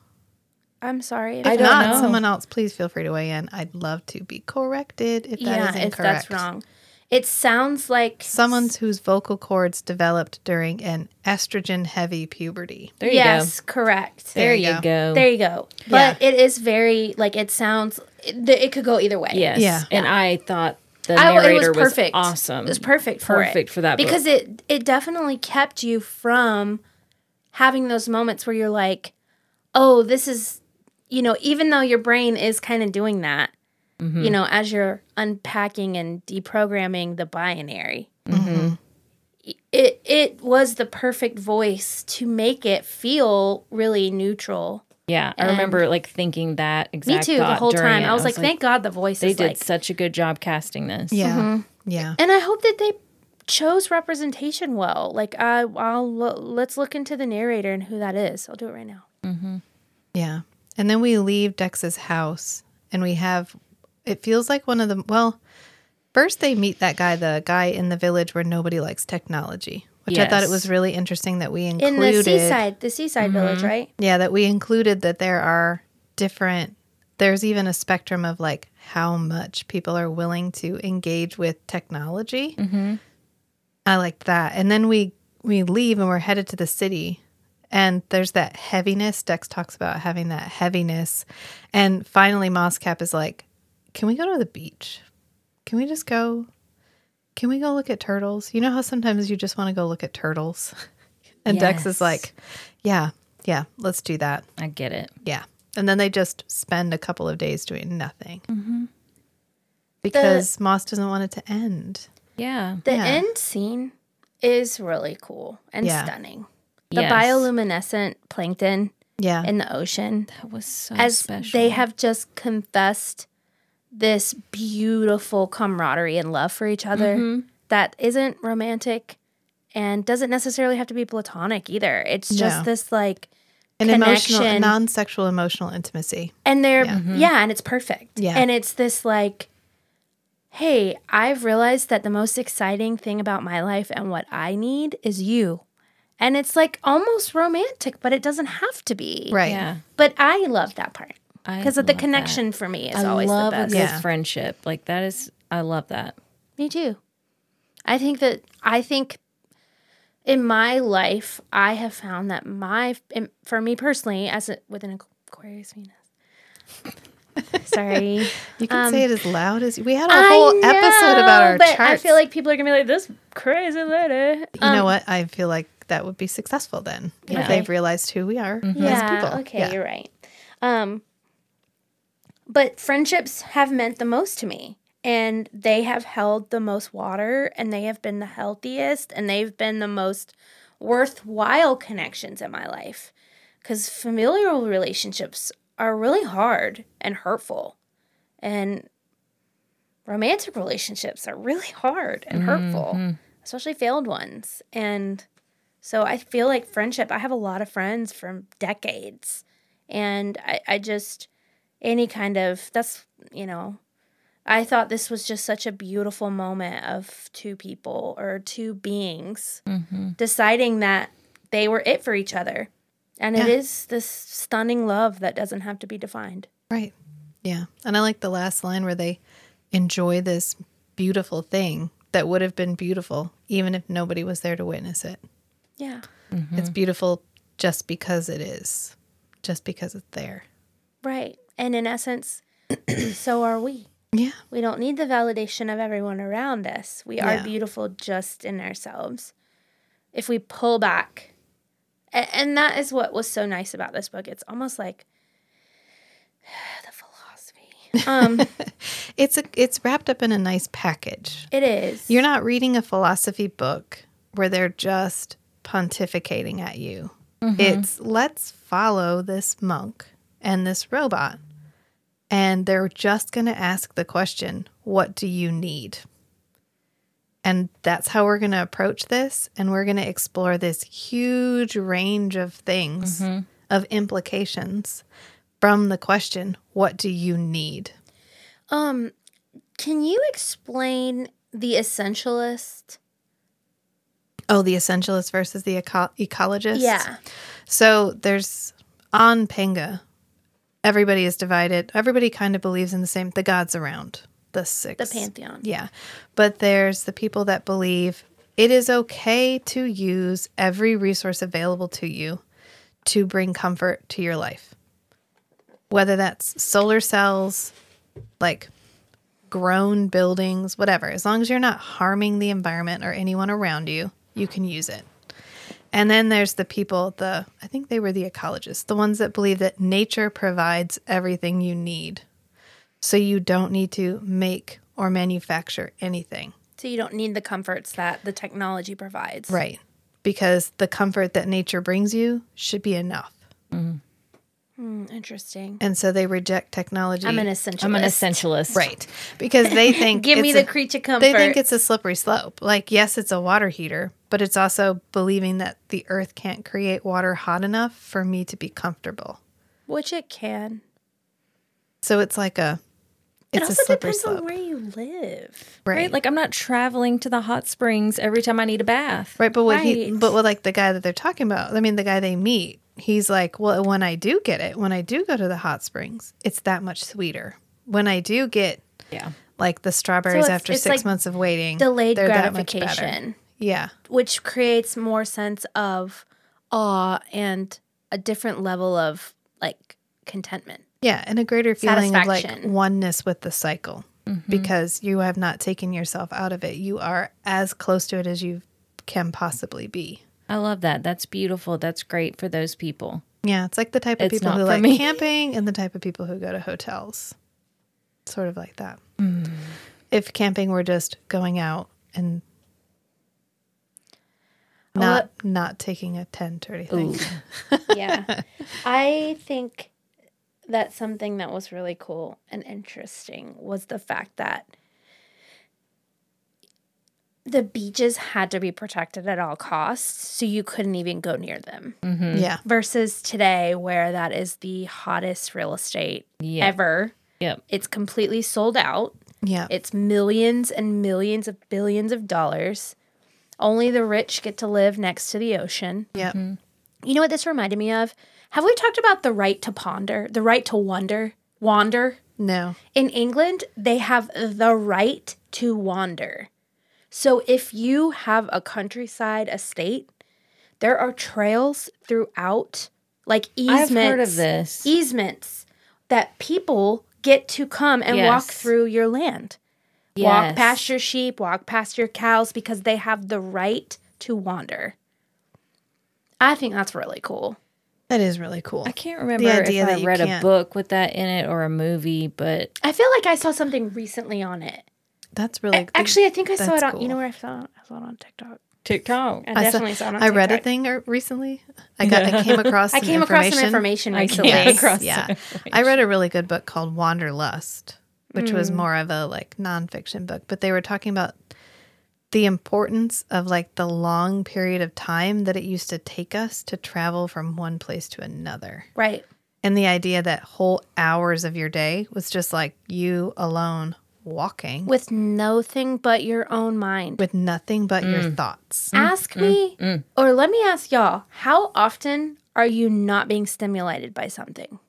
C: I'm sorry. if
A: I
B: if
A: don't
B: not
A: know.
B: someone else please feel free to weigh in i'd love to be corrected if that is incorrect
C: if that's wrong. It sounds like
B: Someone whose vocal cords developed during an estrogen heavy puberty.
A: There you
C: yes, correct.
A: go. There,
C: There,
A: you
B: you
A: go.
C: you go. But it is very like it sounds. It, it could go either way.
A: yes.
B: Yeah.
A: And I thought the
C: I, it
A: narrator
C: was
A: was,
C: perfect.
A: awesome.
C: It was perfect. For it.
A: Perfect for that book.
C: because it it definitely kept you from having those moments where you're like, oh, this is you know, even though your brain is kind of doing that,
A: Mm-hmm.
C: you know, as you're unpacking and deprogramming the binary. It it was the perfect voice to make it feel really neutral.
A: Yeah, I remember like thinking that exact.
C: Me too. The
A: thought
C: whole
A: during
C: time,
A: it.
C: I was like, "Thank God the voice
A: they
C: is
A: did
C: like
A: such a good job casting this.
B: Yeah. Yeah.
C: And I hope that they chose representation well. Like I, I'll lo- let's look into the narrator and who that is. I'll do it right now.
B: Yeah. And then we leave Dex's house and we have it feels like one of the well, first they meet that guy, the guy in the village where nobody likes technology. Which I thought
A: Yes.
B: it was really interesting that we
C: In
B: included
C: the seaside, the seaside
A: Mm-hmm.
C: village, right?
B: Yeah, that we included that there are different there's even a spectrum of like how much people are willing to engage with technology. I liked that. And then we we leave and we're headed to the city. And there's that heaviness. Dex talks about having that heaviness. And finally Moscap is like, Can we go to the beach? Can we just go? Can we go look at turtles? You know how sometimes you just want to go look at turtles? and Dex
A: Yes.
B: is like, Yeah, yeah, let's do that.
A: I get it.
B: Yeah. And then they just spend a couple of days doing nothing.
C: Mm-hmm.
B: Because Moss doesn't want it to end.
A: Yeah,
C: The
B: Yeah.
C: end scene is really cool and
B: Yeah.
C: stunning. The
A: Yes.
C: bioluminescent plankton
B: Yeah.
C: in the ocean,
A: that was so
C: as
A: special.
C: they have just confessed this beautiful camaraderie and love for each other
A: Mm-hmm.
C: that isn't romantic and doesn't necessarily have to be platonic either. It's just
B: No.
C: this like
B: An emotional,
C: connection.
B: non sexual emotional intimacy.
C: and they're yeah,
A: Mm-hmm.
C: and it's perfect
B: Yeah.
C: and it's this like hey i've realized that the most exciting thing about my life and what i need is you and it's like almost romantic but it doesn't have to be
B: Right.
A: yeah,
C: but i love that part
A: I
C: because of the
A: love that.
C: connection for me is
A: I
C: always
A: love
C: the
A: a
C: best
A: good
B: Yeah.
A: friendship. Like that is, I love that.
C: me too i think that i think in my life i have found that my in- for me personally as a, with an aquarius venus sorry
B: You can say it as loud as we had
C: Um, I
B: a whole
C: know,
B: episode about our
C: but I
B: charts.
C: feel like um, people are gonna be like this crazy lady.
B: you know what? I feel like that would be successful then. If they've realized who we are as
C: Mm-hmm. Yeah.
B: people.
C: Okay,
B: Yeah.
C: you're right. Um, but friendships have meant the most to me, and they have held the most water, and they have been the healthiest, and they've been the most worthwhile connections in my life. Because familial relationships are really hard and hurtful, and romantic relationships are really hard and hurtful, especially failed ones. And so I feel like friendship, I have a lot of friends from decades. And I, I just, any kind of, that's, you know, I thought this was just such a beautiful moment of two people or two beings deciding that they were it for each other. And it
B: Yeah.
C: is this stunning love that doesn't have to be defined.
B: Right. Yeah. And I like the last line where they enjoy this beautiful thing that would have been beautiful even if nobody was there to witness it.
C: Yeah.
B: It's beautiful just because it is, just because it's there.
C: Right. And in essence, so are we.
B: Yeah.
C: We don't need the validation of everyone around us. We are
B: Yeah.
C: beautiful just in ourselves. If we pull back, A- and that is what was so nice about this book. It's almost like the philosophy. Um,
B: It's a it's wrapped up in a nice package.
C: it is.
B: You're not reading a philosophy book where they're just pontificating at you. It's let's follow this monk and this robot. And they're just going to ask the question, what do you need? And that's how we're going to approach this. And we're going to explore this huge range of things, of implications from the question, what do you need?
C: Um, can you explain the essentialist?
B: Oh, the essentialist versus the eco- ecologist?
C: Yeah.
B: So there's on Penga, everybody is divided. Everybody kind of believes in the same the gods around the
C: The
B: six.
C: pantheon.
B: Yeah. But there's the people that believe it is okay to use every resource available to you to bring comfort to your life. Whether that's solar cells, like grown buildings, whatever. As long as you're not harming the environment or anyone around you, you can use it. And then there's the people, the I think they were the ecologists, the ones that believe that nature provides everything you need. So you don't need to make or manufacture anything.
C: So you don't need the comforts that the technology provides.
B: Right. Because the comfort that nature brings you should be enough.
C: Hmm, interesting.
B: And so they reject technology.
C: I'm an essentialist.
A: I'm an essentialist.
B: Right. Because they think
C: Give me
B: it's
C: the
B: a-
C: creature comfort.
B: They think it's a slippery slope. Like, yes, it's a water heater, but it's also believing that the earth can't create water hot enough for me to be comfortable.
C: which it can.
B: So it's like a
C: It
B: it's a
C: also
B: slippery
C: depends
B: slope.
C: on where you live.
A: Right. Like I'm not traveling to the hot springs every time I need a bath.
B: Right, but what he
C: Right.
B: but what like the guy that they're talking about, I mean the guy they meet, he's like, Well, when I do get it, when I do go to the hot springs, it's that much sweeter. When I do get
A: Yeah.
B: like the strawberries
C: it's-
B: after
C: it's
B: six
C: like
B: months of waiting,
C: Delayed
B: they're that much better."
C: gratification,
B: Yeah.
C: which creates more sense of awe and a different level of like contentment.
B: Yeah, and a greater feeling of like
C: Satisfaction. Mm-hmm.
B: oneness with the cycle because you have not taken yourself out of it. You are as close to it as you can possibly be.
A: I love that. That's beautiful. That's great for those people.
B: Yeah, it's like the type of
A: It's
B: people
A: not
B: who
A: for
B: like
A: me.
B: camping and the type of people who go to hotels. Sort of like that.
C: Mm.
B: If camping were just going out and not not taking a tent or anything.
C: yeah. I think that something that was really cool and interesting was the fact that the beaches had to be protected at all costs, so you couldn't even go near them.
B: Yeah.
C: Versus today, where that is the hottest real estate
A: Yeah.
C: ever.
A: Yep.
C: It's completely sold out.
B: Yeah.
C: It's millions and millions of billions of dollars. Only the rich get to live next to the ocean.
B: yeah.
C: You know what this reminded me of? Have we talked about the right to ponder, the right to wander? Wander.
B: No.
C: In England, they have the right to wander. So if you have a countryside estate, there are trails throughout, like
A: I've
C: easements.
A: heard of this.
C: Easements that people get to come and walk
A: Yes.
C: through your land. Walk
A: Yes.
C: past your sheep, walk past your cows because they have the right to wander. I think that's really cool.
B: That is really cool.
A: I can't remember if
B: idea that
A: I
B: you
A: read a
B: can't-
A: book with that in it or a movie, but
C: I feel like I saw something recently on it.
B: That's really
C: A- Actually, I think I saw
B: that's
C: it on.
B: cool.
C: You know where I saw it? I saw it on TikTok.
A: TikTok.
C: I
B: I saw-
C: definitely saw, it on
B: I
C: TikTok.
B: read a thing or- recently. I got I came across
C: I
B: some
C: came across some information
A: I
C: recently.
A: came
B: Yes,
A: across
B: yeah.
A: some
B: I read a really good book called Wanderlust, which was more of a like nonfiction book, but they were talking about the importance of like the long period of time that it used to take us to travel from one place to another.
C: Right.
B: And the idea that whole hours of your day was just like you alone walking with,
C: With nothing but your own mind.
B: nothing but your thoughts.
C: ask me, or let me ask y'all, how often are you not being stimulated by something?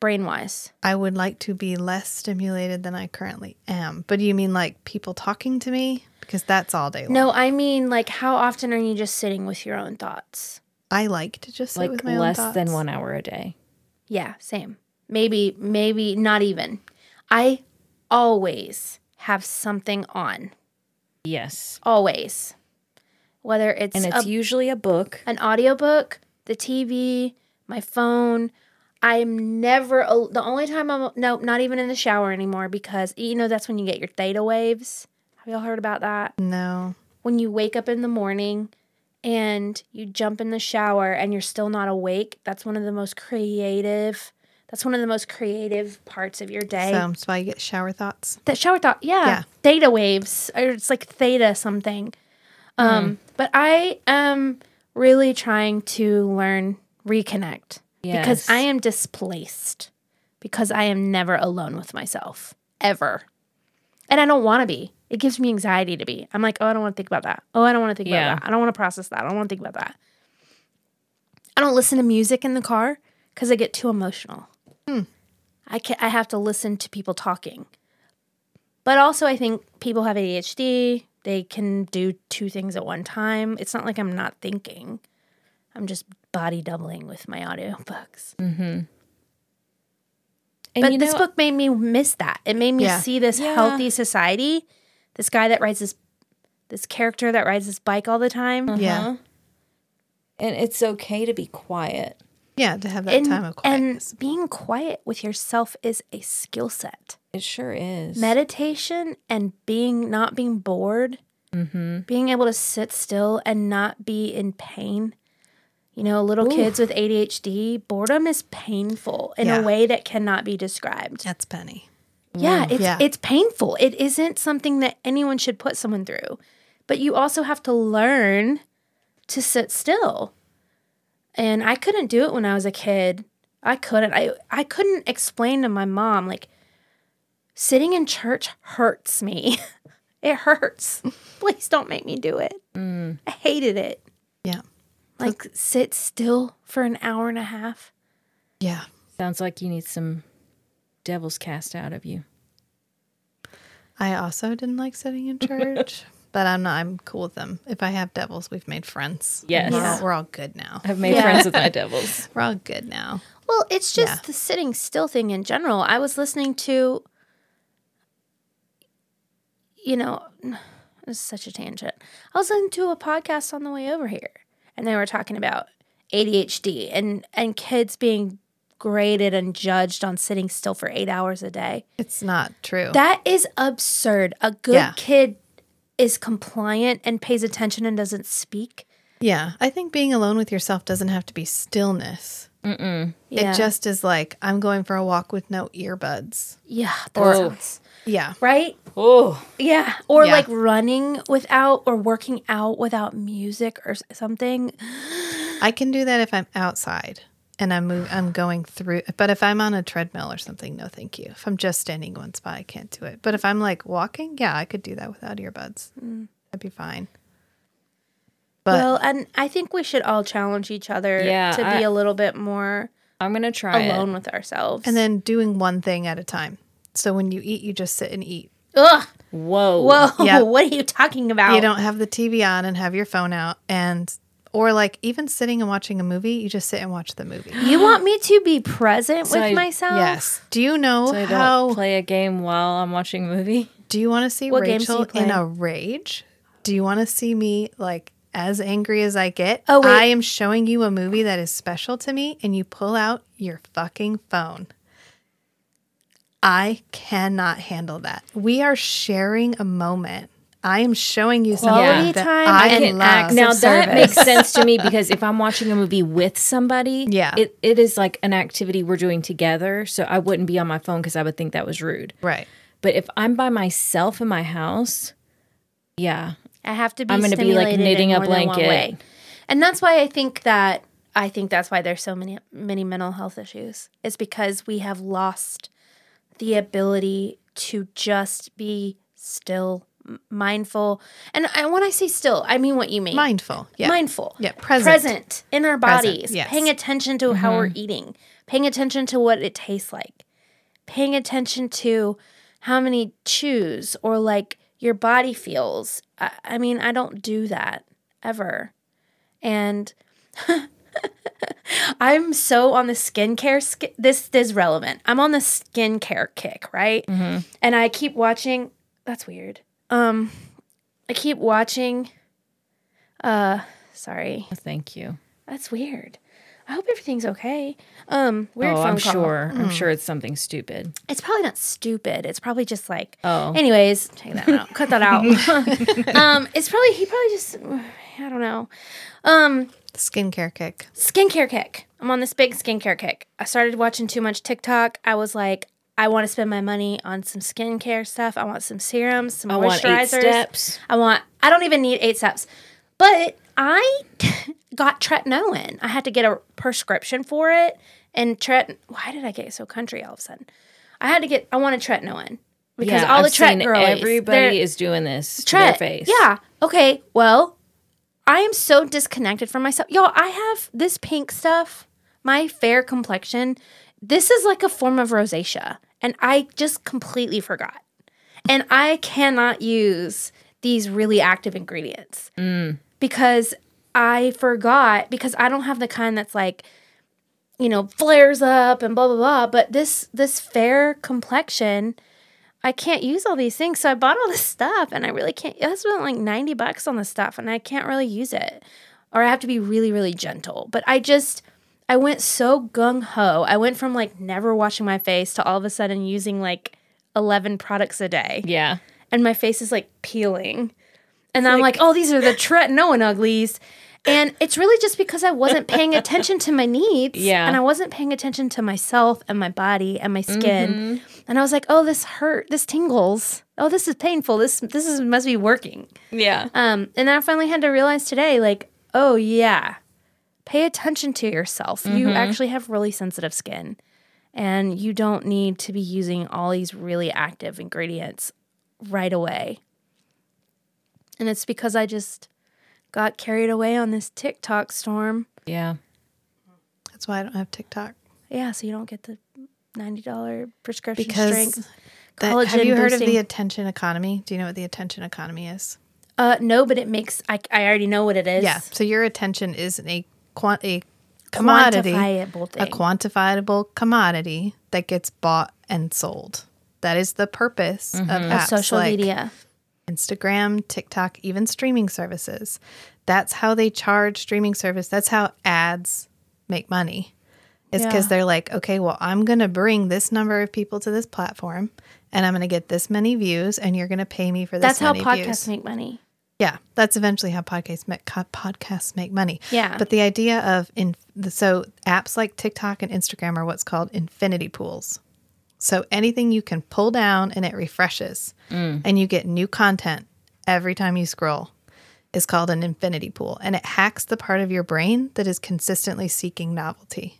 C: Brain wise.
B: I would like to be less stimulated than I currently am. But do you mean like people talking to me? Because that's all day long.
C: No, I mean, like, how often are you just sitting with your own thoughts?
B: I like to just sit
A: like
B: with my own
A: less than
B: thoughts.
A: one hour a day.
C: Yeah, same. maybe maybe not even. I always have something on.
A: Yes.
C: Always. Whether it's,
A: And it's
C: a,
A: usually a book.
C: an audiobook, the TV, my phone. I'm never al- the only time I'm no, not even in the shower anymore because you know that's when you get your theta waves. Have y'all heard about that?
B: No.
C: when you wake up in the morning and you jump in the shower and you're still not awake that's one of the most creative that's one of the most creative parts of your day
B: So that's why you get shower thoughts.
C: that shower thought yeah,
B: Yeah.
C: theta waves or it's like theta something um but i am really trying to learn reconnect because
A: Yes.
C: i am displaced because i am never alone with myself ever and i don't want to be it gives me anxiety to be i'm like oh i don't want to think about that oh i don't want to think
A: Yeah.
C: about that i don't want to process that i don't want to think about that i don't listen to music in the car because i get too emotional I can I have to listen to people talking. But also I think people have ADHD. They can do two things at one time. It's not like I'm not thinking. I'm just body doubling with my audiobooks.
A: And
C: but
A: you
C: this
A: know-
C: book made me miss that. It made me
B: Yeah.
C: see this
A: Yeah.
C: healthy society, this guy that rides this this character that rides his bike all the time. Uh-huh.
B: Yeah.
A: and it's okay to be quiet.
B: Yeah, to have that
C: And,
B: time of
C: and
B: quietness.
C: being quiet with yourself is a skill set.
A: It sure is.
C: meditation and being not being bored
B: Mm-hmm.
C: being able to sit still and not be in pain you know little kids with adhd boredom is painful in
B: Yeah.
C: a way that cannot be described
B: That's Penny.
C: yeah it's,
B: Yeah.
C: it's painful it isn't something that anyone should put someone through but you also have to learn to sit still and i couldn't do it when i was a kid i couldn't i, I couldn't explain to my mom like sitting in church hurts me. it hurts. Please don't make me do it. I hated it.
B: Yeah.
C: Like sit still for an hour and a half.
B: Yeah.
A: Sounds like you need some devil's cast out of you.
B: I also didn't like sitting in church, but I'm not. I'm cool with them. If I have devils, we've made friends.
A: Yes.
B: we're, all, we're all good now.
A: I've made
C: Yeah.
A: friends with my devils.
B: We're all good now.
C: Well, it's just
B: Yeah.
C: the sitting still thing in general. I was listening to, you know, this is such a tangent. I was listening to a podcast on the way over here, and they were talking about ADHD and and kids being graded and judged on sitting still for eight hours a day.
B: It's not true.
C: That is absurd. A good
B: Yeah.
C: kid is compliant and pays attention and doesn't speak.
B: yeah, I think being alone with yourself doesn't have to be stillness.
C: Yeah.
B: It just is like I'm going for a walk with no earbuds.
C: yeah, that
A: Or-
C: sounds-
B: Yeah,
C: right.
A: Oh,
C: Yeah, or
B: Yeah.
C: like running without or working out without music or s- something.
B: I can do that if I'm outside and I'm move, I'm going through. But if I'm on a treadmill or something, no, thank you. If I'm just standing in one spot, I can't do it. But if I'm like walking, yeah, I could do that without earbuds.
A: Mm.
B: That'd be fine. But
C: well, and I think we should all challenge each other
A: Yeah,
C: to be
A: I-
C: a little bit more
A: I'm gonna try
C: alone
A: it.
C: with ourselves.
B: and then doing one thing at a time. So when you eat, you just sit and eat.
C: Ugh,
A: Whoa,
C: whoa,
B: Yeah.
C: what are you talking about?
B: You don't have the TV on and have your phone out and or like even sitting and watching a movie, you just sit and watch the movie.
C: You want me to be present
A: So
C: with
A: I-
C: myself?
B: Yes. Do you know
A: So I don't
B: how
A: play a game while I'm watching a movie.
B: Do you want to see
C: What games do you
B: Rachel in
C: play?
B: a rage? Do you want to see me like as angry as I get?
C: Oh, wait.
B: I am showing you a movie that is special to me, and you pull out your fucking phone. I cannot handle that. We are sharing a moment. I am showing you something
C: Quality
B: that
C: time
B: I
C: and
B: love.
C: acts
A: Now
C: of
A: that makes
C: service.
A: sense to me because if I'm watching a movie with somebody,
B: Yeah.
A: it, it is like an activity we're doing together. So I wouldn't be on my phone because I would think that was rude.
B: right.
A: But if I'm by myself in my house, yeah,
C: I have to be.
A: I'm gonna be, like,
C: stimulated in
A: knitting a
C: more than one
A: blanket.
C: way. and that's why I think that I think that's why there's so many many mental health issues. It's because we have lost the ability to just be still, m- mindful, and I, when I say still, I mean what you mean
B: Mindful. Yeah.
C: mindful,
B: Yeah, present.
C: in our
B: Present,
C: bodies,
B: yes. Mm-hmm.
C: paying attention to how we're eating, paying attention to what it tastes like, paying attention to how many chews or like your body feels. I, I mean, I don't do that ever, and I'm so on the skincare. Sk- this is relevant. I'm on the skincare kick, right?
B: Mm-hmm.
C: And I keep watching. That's weird. Um, I keep watching. Uh, sorry,
A: Thank you.
C: that's weird. I hope everything's okay. Um, weird
A: oh,
C: phone
A: I'm
C: call. Hmm.
A: sure. I'm sure it's something stupid.
C: It's probably not stupid. It's probably just like.
A: Oh.
C: Anyways, take that out. Cut that out. um, it's probably he probably just. I don't know. Um,
B: Skincare kick.
C: skincare kick. I'm on this big skincare kick. I started watching too much TikTok. I was like, I want to spend my money on some skincare stuff. I want some serums, some
A: I want
C: moisturizers.
A: eight steps.
C: I want. I don't even need eight steps, but I got tretinoin. I had to get a prescription for it, and tret. Why did I get so country all of a sudden? I had to get. I wanted tretinoin because
A: Yeah,
C: all the
A: I've
C: tret
A: seen
C: girlies, they're-
A: Everybody is doing this. To their
C: Tret.
A: face.
C: Yeah. Okay. Well, I am so disconnected from myself. Y'all, I have this pink stuff, my fair complexion. This is like a form of rosacea. And I just completely forgot. And I cannot use these really active ingredients
A: Mm.
C: because I forgot, because I don't have the kind that's like, you know, flares up and blah blah blah. But this this fair complexion, I can't use all these things. So I bought all this stuff and I really can't. I spent like 90 bucks on this stuff and I can't really use it. Or I have to be really, really gentle. But I just, I went so gung ho. I went from like never washing my face to all of a sudden using like 11 products a day.
A: Yeah.
C: And my face is like peeling. And I'm like, oh, these are the tretinoin uglies. And it's really just because I wasn't paying attention to my needs.
A: Yeah.
C: And I wasn't paying attention to myself and my body and my skin. And I was like, oh, this hurt. This tingles. Oh, this is painful. This this is must be working.
A: Yeah.
C: Um, and then I finally had to realize today, like, oh yeah, pay attention to yourself. You
B: Mm-hmm.
C: actually have really sensitive skin, and you don't need to be using all these really active ingredients right away. And it's because I just got carried away on this TikTok storm.
A: Yeah.
B: That's why I don't have TikTok.
C: Yeah, so you don't get the ninety dollar prescription
B: Because
C: strength.
B: that, have
C: Collagen
B: you heard of the
C: boosting.
B: attention economy? Do you know what the attention economy is?
C: Uh, no, but it makes I, I already know what it is.
B: Yeah. So your attention is a, quan- a commodity,
C: quantifiable thing.
B: a quantifiable commodity that gets bought and sold. That is the purpose of apps
C: Mm-hmm. social
B: like
C: media.
B: Instagram, TikTok, even streaming services. That's how they charge streaming service. That's how ads make money. It's because
C: Yeah.
B: they're like, okay, well, I'm going to bring this number of people to this platform and I'm going to get this many views and you're going to pay me for this
C: That's how
B: many
C: podcasts
B: views.
C: make money.
B: Yeah, that's eventually how podcasts make co- podcasts make money.
C: Yeah.
B: but the idea of in the, so apps like TikTok and Instagram are what's called infinity pools. So anything you can pull down and it refreshes,
C: Mm.
B: and you get new content every time you scroll, is called an infinity pool, and it hacks the part of your brain that is consistently seeking novelty.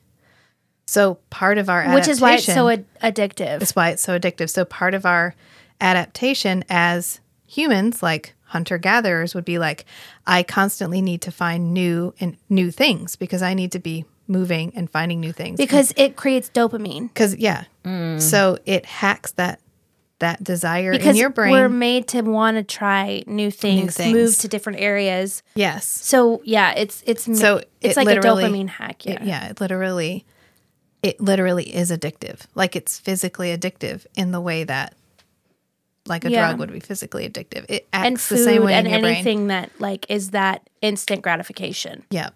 B: So part of our
C: which is why it's
B: adaptation-
C: so ad- addictive.
B: that's why it's so addictive. So part of our adaptation as humans, like hunter gatherers, would be like, I constantly need to find new and new things because I need to be moving and finding new things.
C: because it creates dopamine.
B: because yeah, so it hacks that that desire in
C: Because
B: your brain.
C: we're made to want to try new things, move
B: things.
C: to different areas.
B: yes,
C: So yeah, it's it's ma-
B: So it
C: it's like a
B: literally-
C: dopamine hack. Yeah,
B: It- yeah, it literally, it literally is addictive. Like it's physically addictive in the way that. Like a
C: Yeah.
B: drug would be physically addictive. It acts
C: and food
B: the same way
C: and
B: in your brain.
C: anything that like is that instant gratification.
B: Yep.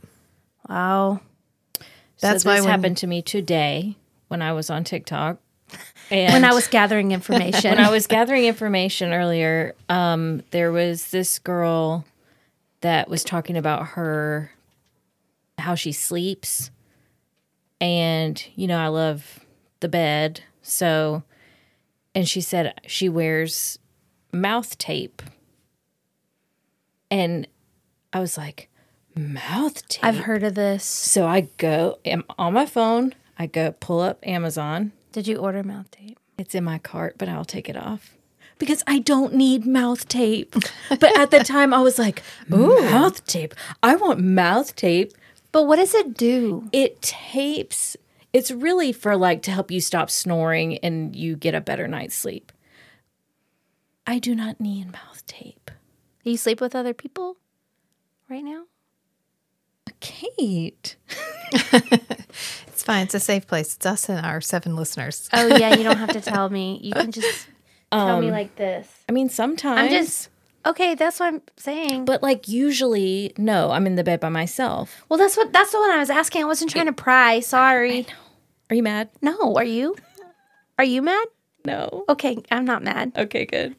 C: Wow,
B: That's
A: so
B: why
A: this
B: when-
A: happened to me today when I was on TikTok. And
C: when I was gathering information,
A: when I was gathering information earlier, um, there was this girl that was talking about her how she sleeps, and you know I love the bed, so and she said she wears mouth tape, and I was like, mouth tape.
C: I've heard of this.
A: so I go am on my phone. I go pull up Amazon.
C: Did you order mouth tape?
A: It's in my cart, but I'll take it off because I don't need mouth tape. But at the time, I was like, "Ooh, mouth tape! I want mouth tape."
C: But what does it do?
A: It tapes. It's really for like to help you stop snoring and you get a better night's sleep. I do not need mouth tape.
C: Do you sleep with other people right now?
A: Kate,
B: fine. It's a safe place. It's us and our seven listeners.
C: Uh,
D: Oh yeah, you don't have to tell me. You can just tell
B: Um,
D: me like this.
A: I mean, sometimes.
D: I'm just okay. That's what I'm saying.
A: But like usually, no, I'm in the bed by myself.
D: well, that's what that's the one I was asking. I wasn't trying to pry. Sorry.
A: Are you mad?
D: No, are you? Are you mad?
A: No.
D: Okay, I'm not mad.
A: Okay, good.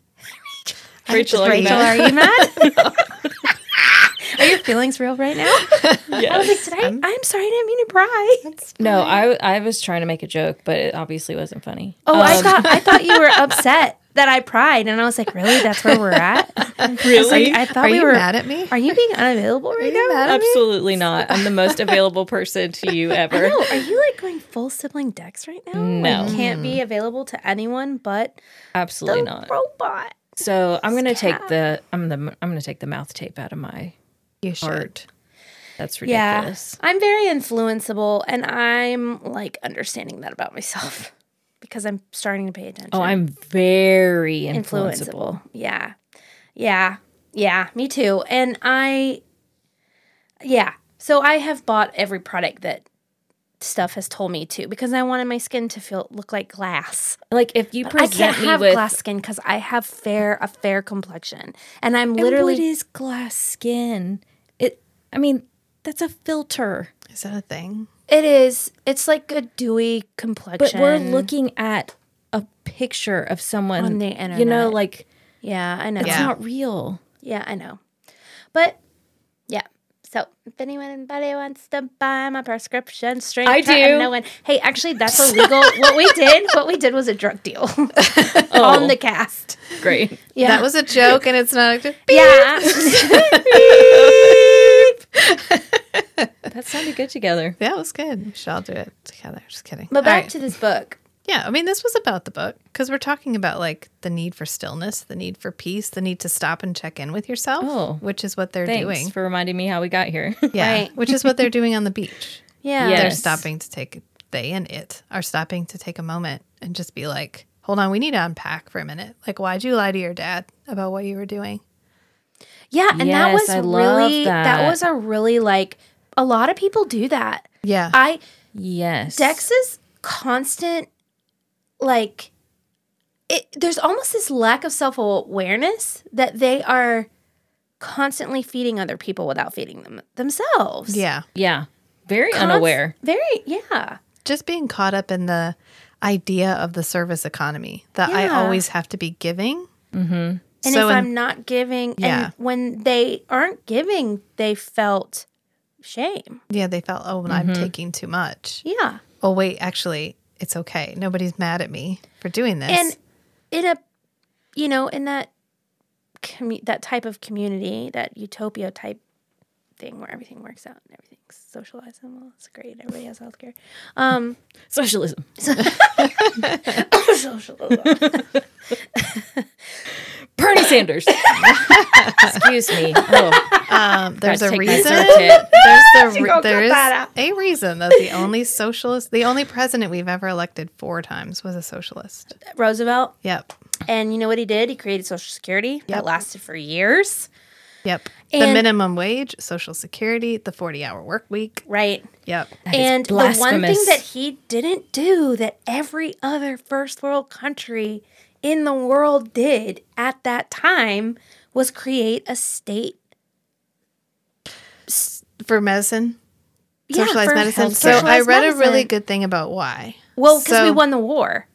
A: Rachel, are you
D: Rachel,
A: mad?
D: are you mad?
C: Are your feelings real right now?
A: Yes.
D: I was like, did I?
C: I'm, sorry, I didn't mean to pry.
A: No, I I was trying to make a joke, but it obviously wasn't funny.
D: Oh, I thought I thought you were upset that I pried, and I was like, really? That's where we're at?
A: really?
D: I thought
B: Are
D: we
B: you
D: were.
B: mad at me?
D: Are you being unavailable right now?
B: mad at me?
A: Absolutely not. I'm the most available person to you ever.
C: No, are you like going full sibling decks right now?
A: No.
C: Like, can't be available to anyone but
A: Absolutely not.
C: robot.
A: So I'm gonna take the I'm the I'm gonna take the mouth tape out of my
B: You should.
A: heart. That's
C: Yeah.
A: ridiculous.
C: I'm very influenceable and I'm like understanding that about myself because I'm starting to pay attention.
A: Oh, I'm very influenceable.
C: influenceable. Yeah. Yeah. Yeah. Me too. And I, yeah. So I have bought every product that stuff has told me to because I wanted my skin to feel look like glass.
A: Like if you
C: I
A: present
C: can't
A: me
C: have
A: with
C: glass skin because I have fair a fair complexion, and I'm literally
A: what is glass skin? It I mean, that's a filter.
B: Is that a thing?
C: it is. It's like a dewy complexion.
A: But we're looking at a picture of someone
C: On the
A: You know,
C: internet.
A: like
C: Yeah, I know.
A: it's
B: Yeah.
A: not real.
C: Yeah, I know. But yeah. So if anyone anybody wants to buy my prescription straight
A: I
C: to-
A: do.
C: No one. Hey, actually that's illegal. what we did, what we did was a drug deal on the cast.
A: Great.
C: Yeah.
B: That was a joke, and it's not. A,
C: yeah.
A: That sounded good together.
B: that was good. We should all do it together. Just kidding.
C: but
B: All
C: back
B: right.
C: to this book.
B: Yeah, I mean, this was about the book because we're talking about like the need for stillness, the need for peace, the need to stop and check in with yourself,
A: Oh,
B: which is what they're
A: Thanks
B: doing.
A: for reminding me how we got here.
B: yeah,
C: Right.
B: which is what they're doing on the beach.
C: Yeah.
A: Yeah.
B: They're
A: Yes.
B: stopping to take, they and it are stopping to take a moment and just be like, hold on, we need to unpack for a minute. Like, why'd you lie to your dad about what you were doing?
C: Yeah, and that
A: Yes,
C: was
A: I love
C: really that.
A: that.
C: was a really like a lot of people do that.
B: Yeah.
C: I
A: yes.
C: Dex's constant like it, there's almost this lack of self-awareness that they are constantly feeding other people without feeding them themselves.
B: yeah.
A: Yeah. Very
C: Const-
A: unaware.
C: Very yeah.
B: just being caught up in the idea of the service economy that I
C: Yeah.
B: always have to be giving.
C: And
B: So
C: if
B: in-
C: I'm not giving
B: Yeah.
C: and when they aren't giving, they felt shame.
B: Yeah, they felt, oh,
A: Mm-hmm.
B: well, I'm taking too much.
C: Yeah.
B: Oh, wait, actually, it's okay. Nobody's mad at me for doing this.
C: And in a you know, in that commu- that type of community, that utopia type thing where everything works out and everything's socialized and well, it's great. Everybody has healthcare. Um
A: Socialism.
C: socialism.
A: Bernie Sanders. Excuse me. Oh,
B: um, there's a
A: gotta take my
B: reason.
A: circuit.
B: There's the
C: Ah, She
B: re-
C: gonna
B: there
C: cut
B: is
C: that out.
B: a reason that the only socialist, the only president we've ever elected four times was a socialist.
C: Roosevelt.
B: Yep.
C: And you know what he did? He created Social Security.
B: Yep.
C: That lasted for years.
B: Yep. the
C: And-
B: minimum wage, social security, the 40 hour work week.
C: Right.
B: Yep.
A: is
C: and the one thing
A: blasphemous.
C: that he didn't do that every other first world country in the world did at that time was create a state
B: For medicine,
C: yeah,
B: socialized
C: for
B: medicine.
C: healthcare.
B: So I
C: Socialized
B: read a really
C: medicine.
B: good thing about why.
C: well because we
B: so-
C: won the war.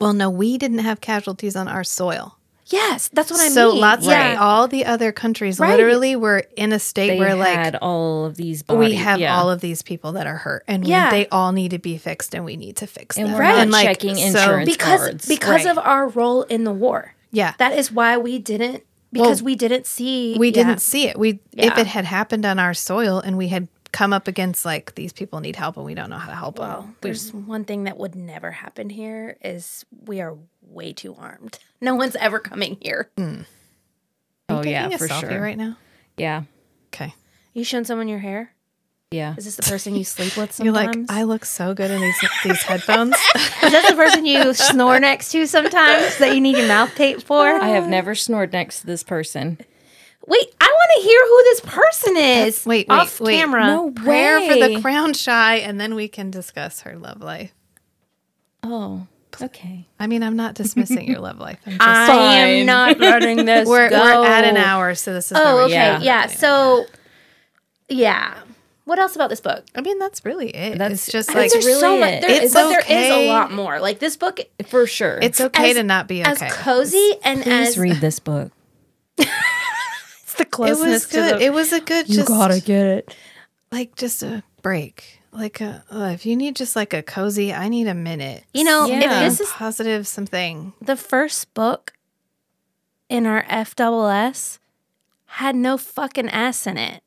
B: Well, no, we didn't have casualties on our soil.
C: Yes, that's what I
B: so
C: mean.
B: lots
C: yeah.
B: of all the other countries
C: Right.
B: literally were in a state
A: they
B: where like
A: had all of these. Body.
B: we have
A: yeah.
B: all of these people that are hurt and we-
C: Yeah.
B: they all need to be fixed and we need to fix
A: And
B: them.
A: we're not
B: And,
A: checking insurance.
C: because
A: cards.
C: because
A: Right.
C: of our role in the war.
B: Yeah.
C: That is why we didn't because we didn't see
B: we
C: yeah.
B: didn't see it. We if
C: Yeah.
B: it had happened on our soil and we had come up against like these people need help and we don't know how to help them.
C: Well, there's one thing that would never happen here is we are way too armed. No one's ever coming here.
A: Oh yeah,
B: Taking a
A: for
B: selfie
A: sure.
B: right now.
A: Yeah.
B: Okay.
C: You showing someone your hair?
A: Yeah.
C: Is this the person you sleep with
B: You're like,
C: sometimes?
B: I look so good in these these headphones.
C: Is that the person you snore next to sometimes that you need your mouth taped for?
A: I have never snored next to this person.
C: Wait, I want to hear who this person is.
B: Wait, wait,
C: off
B: wait.
C: camera.
A: No
B: Prayer for
A: way.
B: the crown shy, and then we can discuss her love life.
A: Oh, okay.
B: I mean, I'm not dismissing your love life. I'm just,
C: I
A: Fine.
C: am not letting this
B: we're,
C: go.
B: we're at an hour, so this is. where
C: Oh,
B: we
C: okay.
A: Yeah.
C: Yeah. So, yeah. What else about this book?
B: I mean, that's really it.
A: That's-
B: it's just
A: I
B: like
A: think
C: there's so
A: really
C: much.
A: it.
C: There,
B: It's
C: but there is
B: okay.
C: a lot more. Like this book,
A: For sure.
B: it's okay
C: as-
B: to not be okay.
C: as cozy and
A: Please
C: as
A: read this book.
C: it's the
B: it was
C: closeness to
B: good.
C: the.
B: It was a good. Just,
A: get it.
B: like just a break. Like a, uh, if you need just like a cozy, I need a minute.
C: you know,
A: Yeah.
C: if this is
B: positive something.
C: the first book in our FSS had no fucking S in it.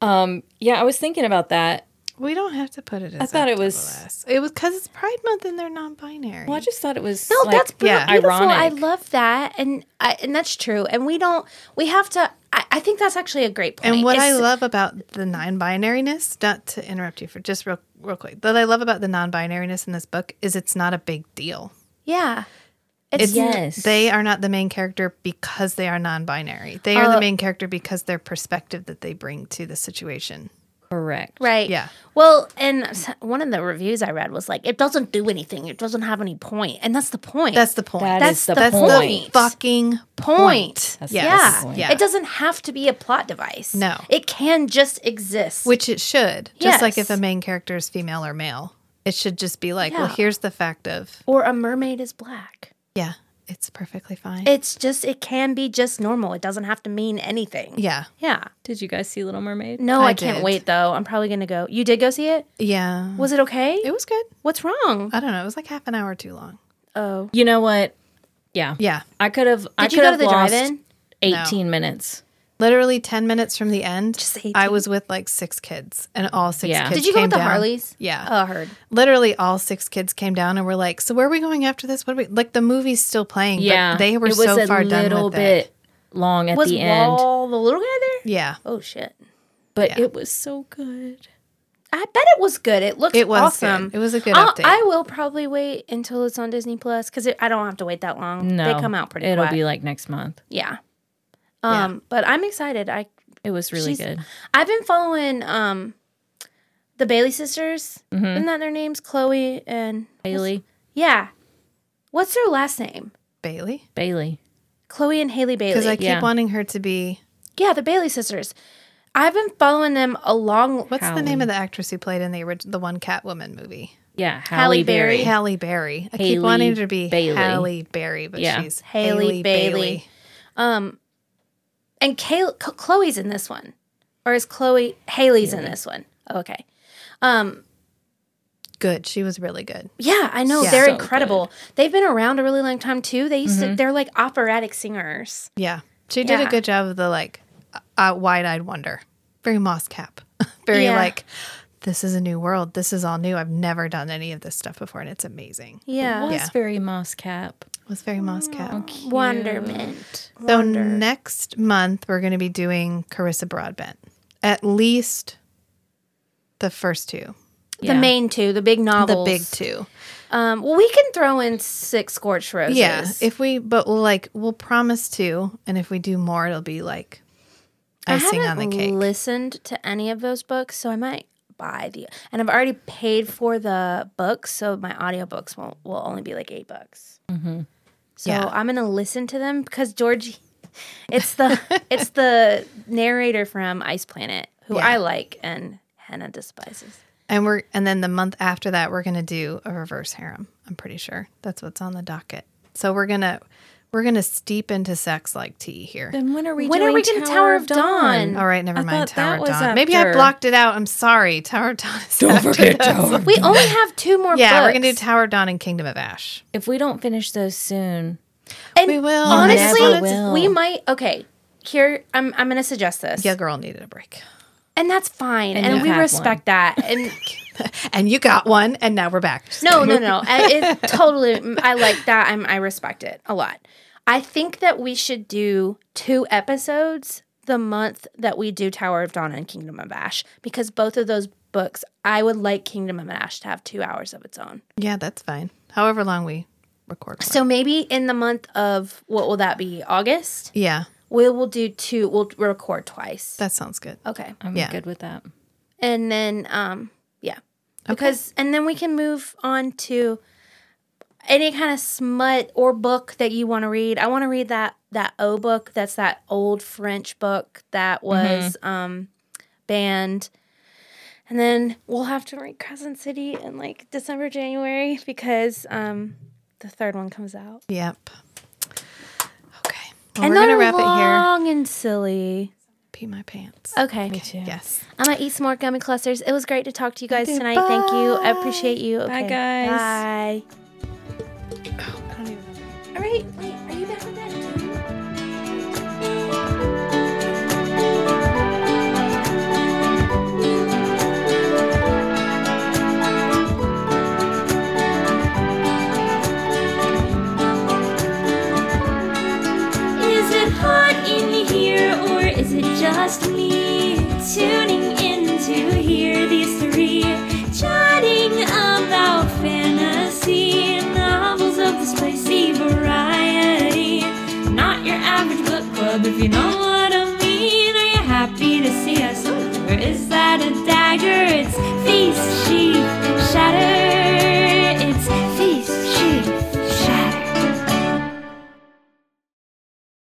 A: Um, yeah, I was thinking about that.
B: We don't have to put it. As
A: thought it was-
B: FSS. It was because it's Pride Month and they're non-binary.
A: Well, I just thought it was
C: No,
A: like,
C: that's beau-
B: yeah.
C: beautiful. I
A: ironic.
C: love that, and I, and that's true. And we don't. We have to. I, I think that's actually a great point.
B: And what I
C: is-
B: love about the non-binariness, not to interrupt you for just real, real quick, that I love about the non-binariness in this book is it's not a big deal.
C: yeah,
B: It's,
A: Yes.
B: they are not the main character because they are non-binary. They
C: Uh,
B: are the main character because their perspective that they bring to the situation.
A: Correct.
C: Right.
B: Yeah.
C: Well, and s- one of the reviews I read was like, it doesn't do anything. It doesn't have any point, and that's the point.
B: That's the point.
A: That
C: That's
A: is the
C: the
B: That's the
A: point.
B: fucking
C: point.
A: That's
B: Yes.
A: the
C: Yeah.
A: point.
B: Yeah.
C: It doesn't have to be a plot device.
B: No.
C: It can just exist.
B: Which it should. Just like if
C: Yes.
B: a main character is female or male, it should just be like, well,
C: Yeah.
B: here's the fact of,
C: or a mermaid is black.
B: yeah, it's perfectly fine.
C: It's just it can be just normal. It doesn't have to mean anything.
B: yeah.
C: Yeah.
A: Did you guys see Little Mermaid?
C: No,
B: I
C: I, can't
B: did.
C: wait though. I'm probably gonna go. You did go see it?
B: Yeah.
C: Was it okay?
B: it was good.
C: What's wrong?
B: I don't know. It was like half an hour too long. Uh,
C: oh.
A: You know what? Yeah.
B: Yeah.
A: I could have. I
C: Did you
A: could
C: go to
A: have
C: the
A: lost
C: drive-in?
A: 18 minutes.
B: Literally 10 minutes from the end,
C: Just 18.
B: I was with like six kids and all six
A: Yeah.
B: kids.
C: Did you go
B: came
C: with the
B: down.
C: Harleys?
B: Yeah.
C: Oh, I heard.
B: Literally all six kids came down and were like, so where are we going after this? What are we, like the movie's still playing.
A: Yeah.
B: But they were
A: it was
B: so
A: a
B: far done
A: little
B: with
A: bit
B: it.
A: long at
C: Was
A: the end,
C: Wall the little guy there?
B: Yeah.
C: Oh shit.
A: but it was so good.
C: I bet it was good. It looked
B: It was
C: awesome.
B: good. It was a good
C: I'll-
B: update.
C: I will probably wait until it's on Disney Plus because I don't have to wait that long.
A: No,
C: They come out pretty
A: It'll
C: quick.
A: be like next month.
C: yeah. Um, but I'm excited. I
A: It was really
C: She's-
A: good.
C: I've been following um the Bailey sisters.
B: Mm-hmm.
C: Isn't that their names? Chloe and
A: Bailey,
C: yeah. What's their last name?
B: Bailey?
A: Bailey.
C: Chloe and Haley Bailey.
B: Because I keep
A: Yeah.
B: wanting her to be.
C: yeah, the Bailey sisters. I've been following them along.
B: What's the
A: Hallie.
B: name of the actress who played in the orig- the one Catwoman movie?
A: Yeah, Halle,
C: Halle
A: Berry.
C: Berry.
B: Halle Berry. I
A: Haley
B: keep wanting her to be
A: Bailey.
B: Halle Berry, but
A: Yeah.
B: she's
C: Haley Bailey. And Kay- Ch- Chloe's in this one, or is Chloe Haley's in this one? Okay. Um.
B: Good. She was really good.
C: Yeah, I know
B: Yeah.
C: they're
A: So
C: incredible. They've been around a really long time too. They used to. They're like operatic singers.
B: Yeah. She did a
C: Yeah.
B: good job of the like uh, wide eyed wonder. Very moss cap. Very
C: Yeah.
B: like, this is a new world. This is all new. I've never done any of this stuff before, and it's amazing.
A: It
C: Yeah. Oh,
A: was
B: Yeah.
A: very moss cap.
B: It was very moss cap.
C: Wonderment.
B: So next month we're going to be doing Carissa Broadbent. At least the first two.
A: Yeah.
C: The main two, the big novels.
B: The big two.
C: Um, well, we can throw in six scorched roses.
B: Yeah, if we, but we'll like we'll promise to, and if we do more, it'll be like icing on the cake.
C: Listened to any of those books, so I might buy the. And I've already paid for the books, so my audiobooks won't will only be like eight bucks. Mm-hmm. So
B: Yeah.
C: I'm gonna listen to them because Georgie, it's the it's the narrator from Ice Planet who
B: Yeah.
C: I like and Hannah despises.
B: and we're and then the month after that, we're gonna do a reverse harem. I'm pretty sure that's what's on the docket. So we're gonna we're gonna steep into sex like tea here.
A: Then when are we?
C: When are
A: doing
C: we gonna Tower of Dawn?
B: All right, never
A: I
B: mind.
A: thought
B: Tower
A: that
B: of
A: was
B: Dawn. Maybe I
A: after-
B: blocked it out. I'm sorry. Tower of Dawn is
A: Don't
B: after
A: forget
B: this.
A: Tower. of-
C: We only have two more.
B: Yeah,
C: books.
B: we're gonna do Tower of Dawn and Kingdom of Ash.
A: If we don't finish those soon,
C: And
B: We will.
C: Honestly,
A: Never will.
C: we might. Okay, here I'm. I'm gonna suggest this.
B: Yeah, girl needed a break,
C: and that's fine,
A: And
C: and,
A: you
C: we
A: had
C: respect that. And
B: and you got one, and now we're back.
C: no, no, no, I, it totally. I like that. I'm. I respect it a lot. I think that we should do two episodes the month that we do Tower of Dawn and Kingdom of Ash because both of those books. I would like Kingdom of Ash to have two hours of its own.
B: Yeah, that's fine. However long we record. one.
C: So maybe in the month of what will that be? August.
B: Yeah.
C: We will do two. We'll record twice.
B: That sounds good.
C: okay.
A: I'm
B: Yeah.
A: good with that.
C: And then, um, yeah. Because, and then we can move on to any kind of smut or book that you want to read. I want to read that, that O book. That's that old French book
B: Mm-hmm.
C: that was, um, banned. And then we'll have to read Crescent City in like December, January because, um, the third one comes out.
B: Yep. Okay. Well,
C: and
B: we're gonna
C: they're
B: wrap it here.
C: long and silly.
B: Pee my pants.
C: Okay.
A: too.
B: Yes.
C: I'm gonna eat some more gummy clusters. It was great to talk to you guys tonight. Thank you. I appreciate you.
A: Bye,
C: Okay,
A: guys.
C: Bye.
B: I don't even.
C: All right. Wait. Are you back with that? Too?
D: Is it hot in here or is it just me tuning in to hear these three chatting about fantasy novels of the spicy variety? Not your average book club, if you know what I mean. Are you happy to see us? Or is that a dagger? It's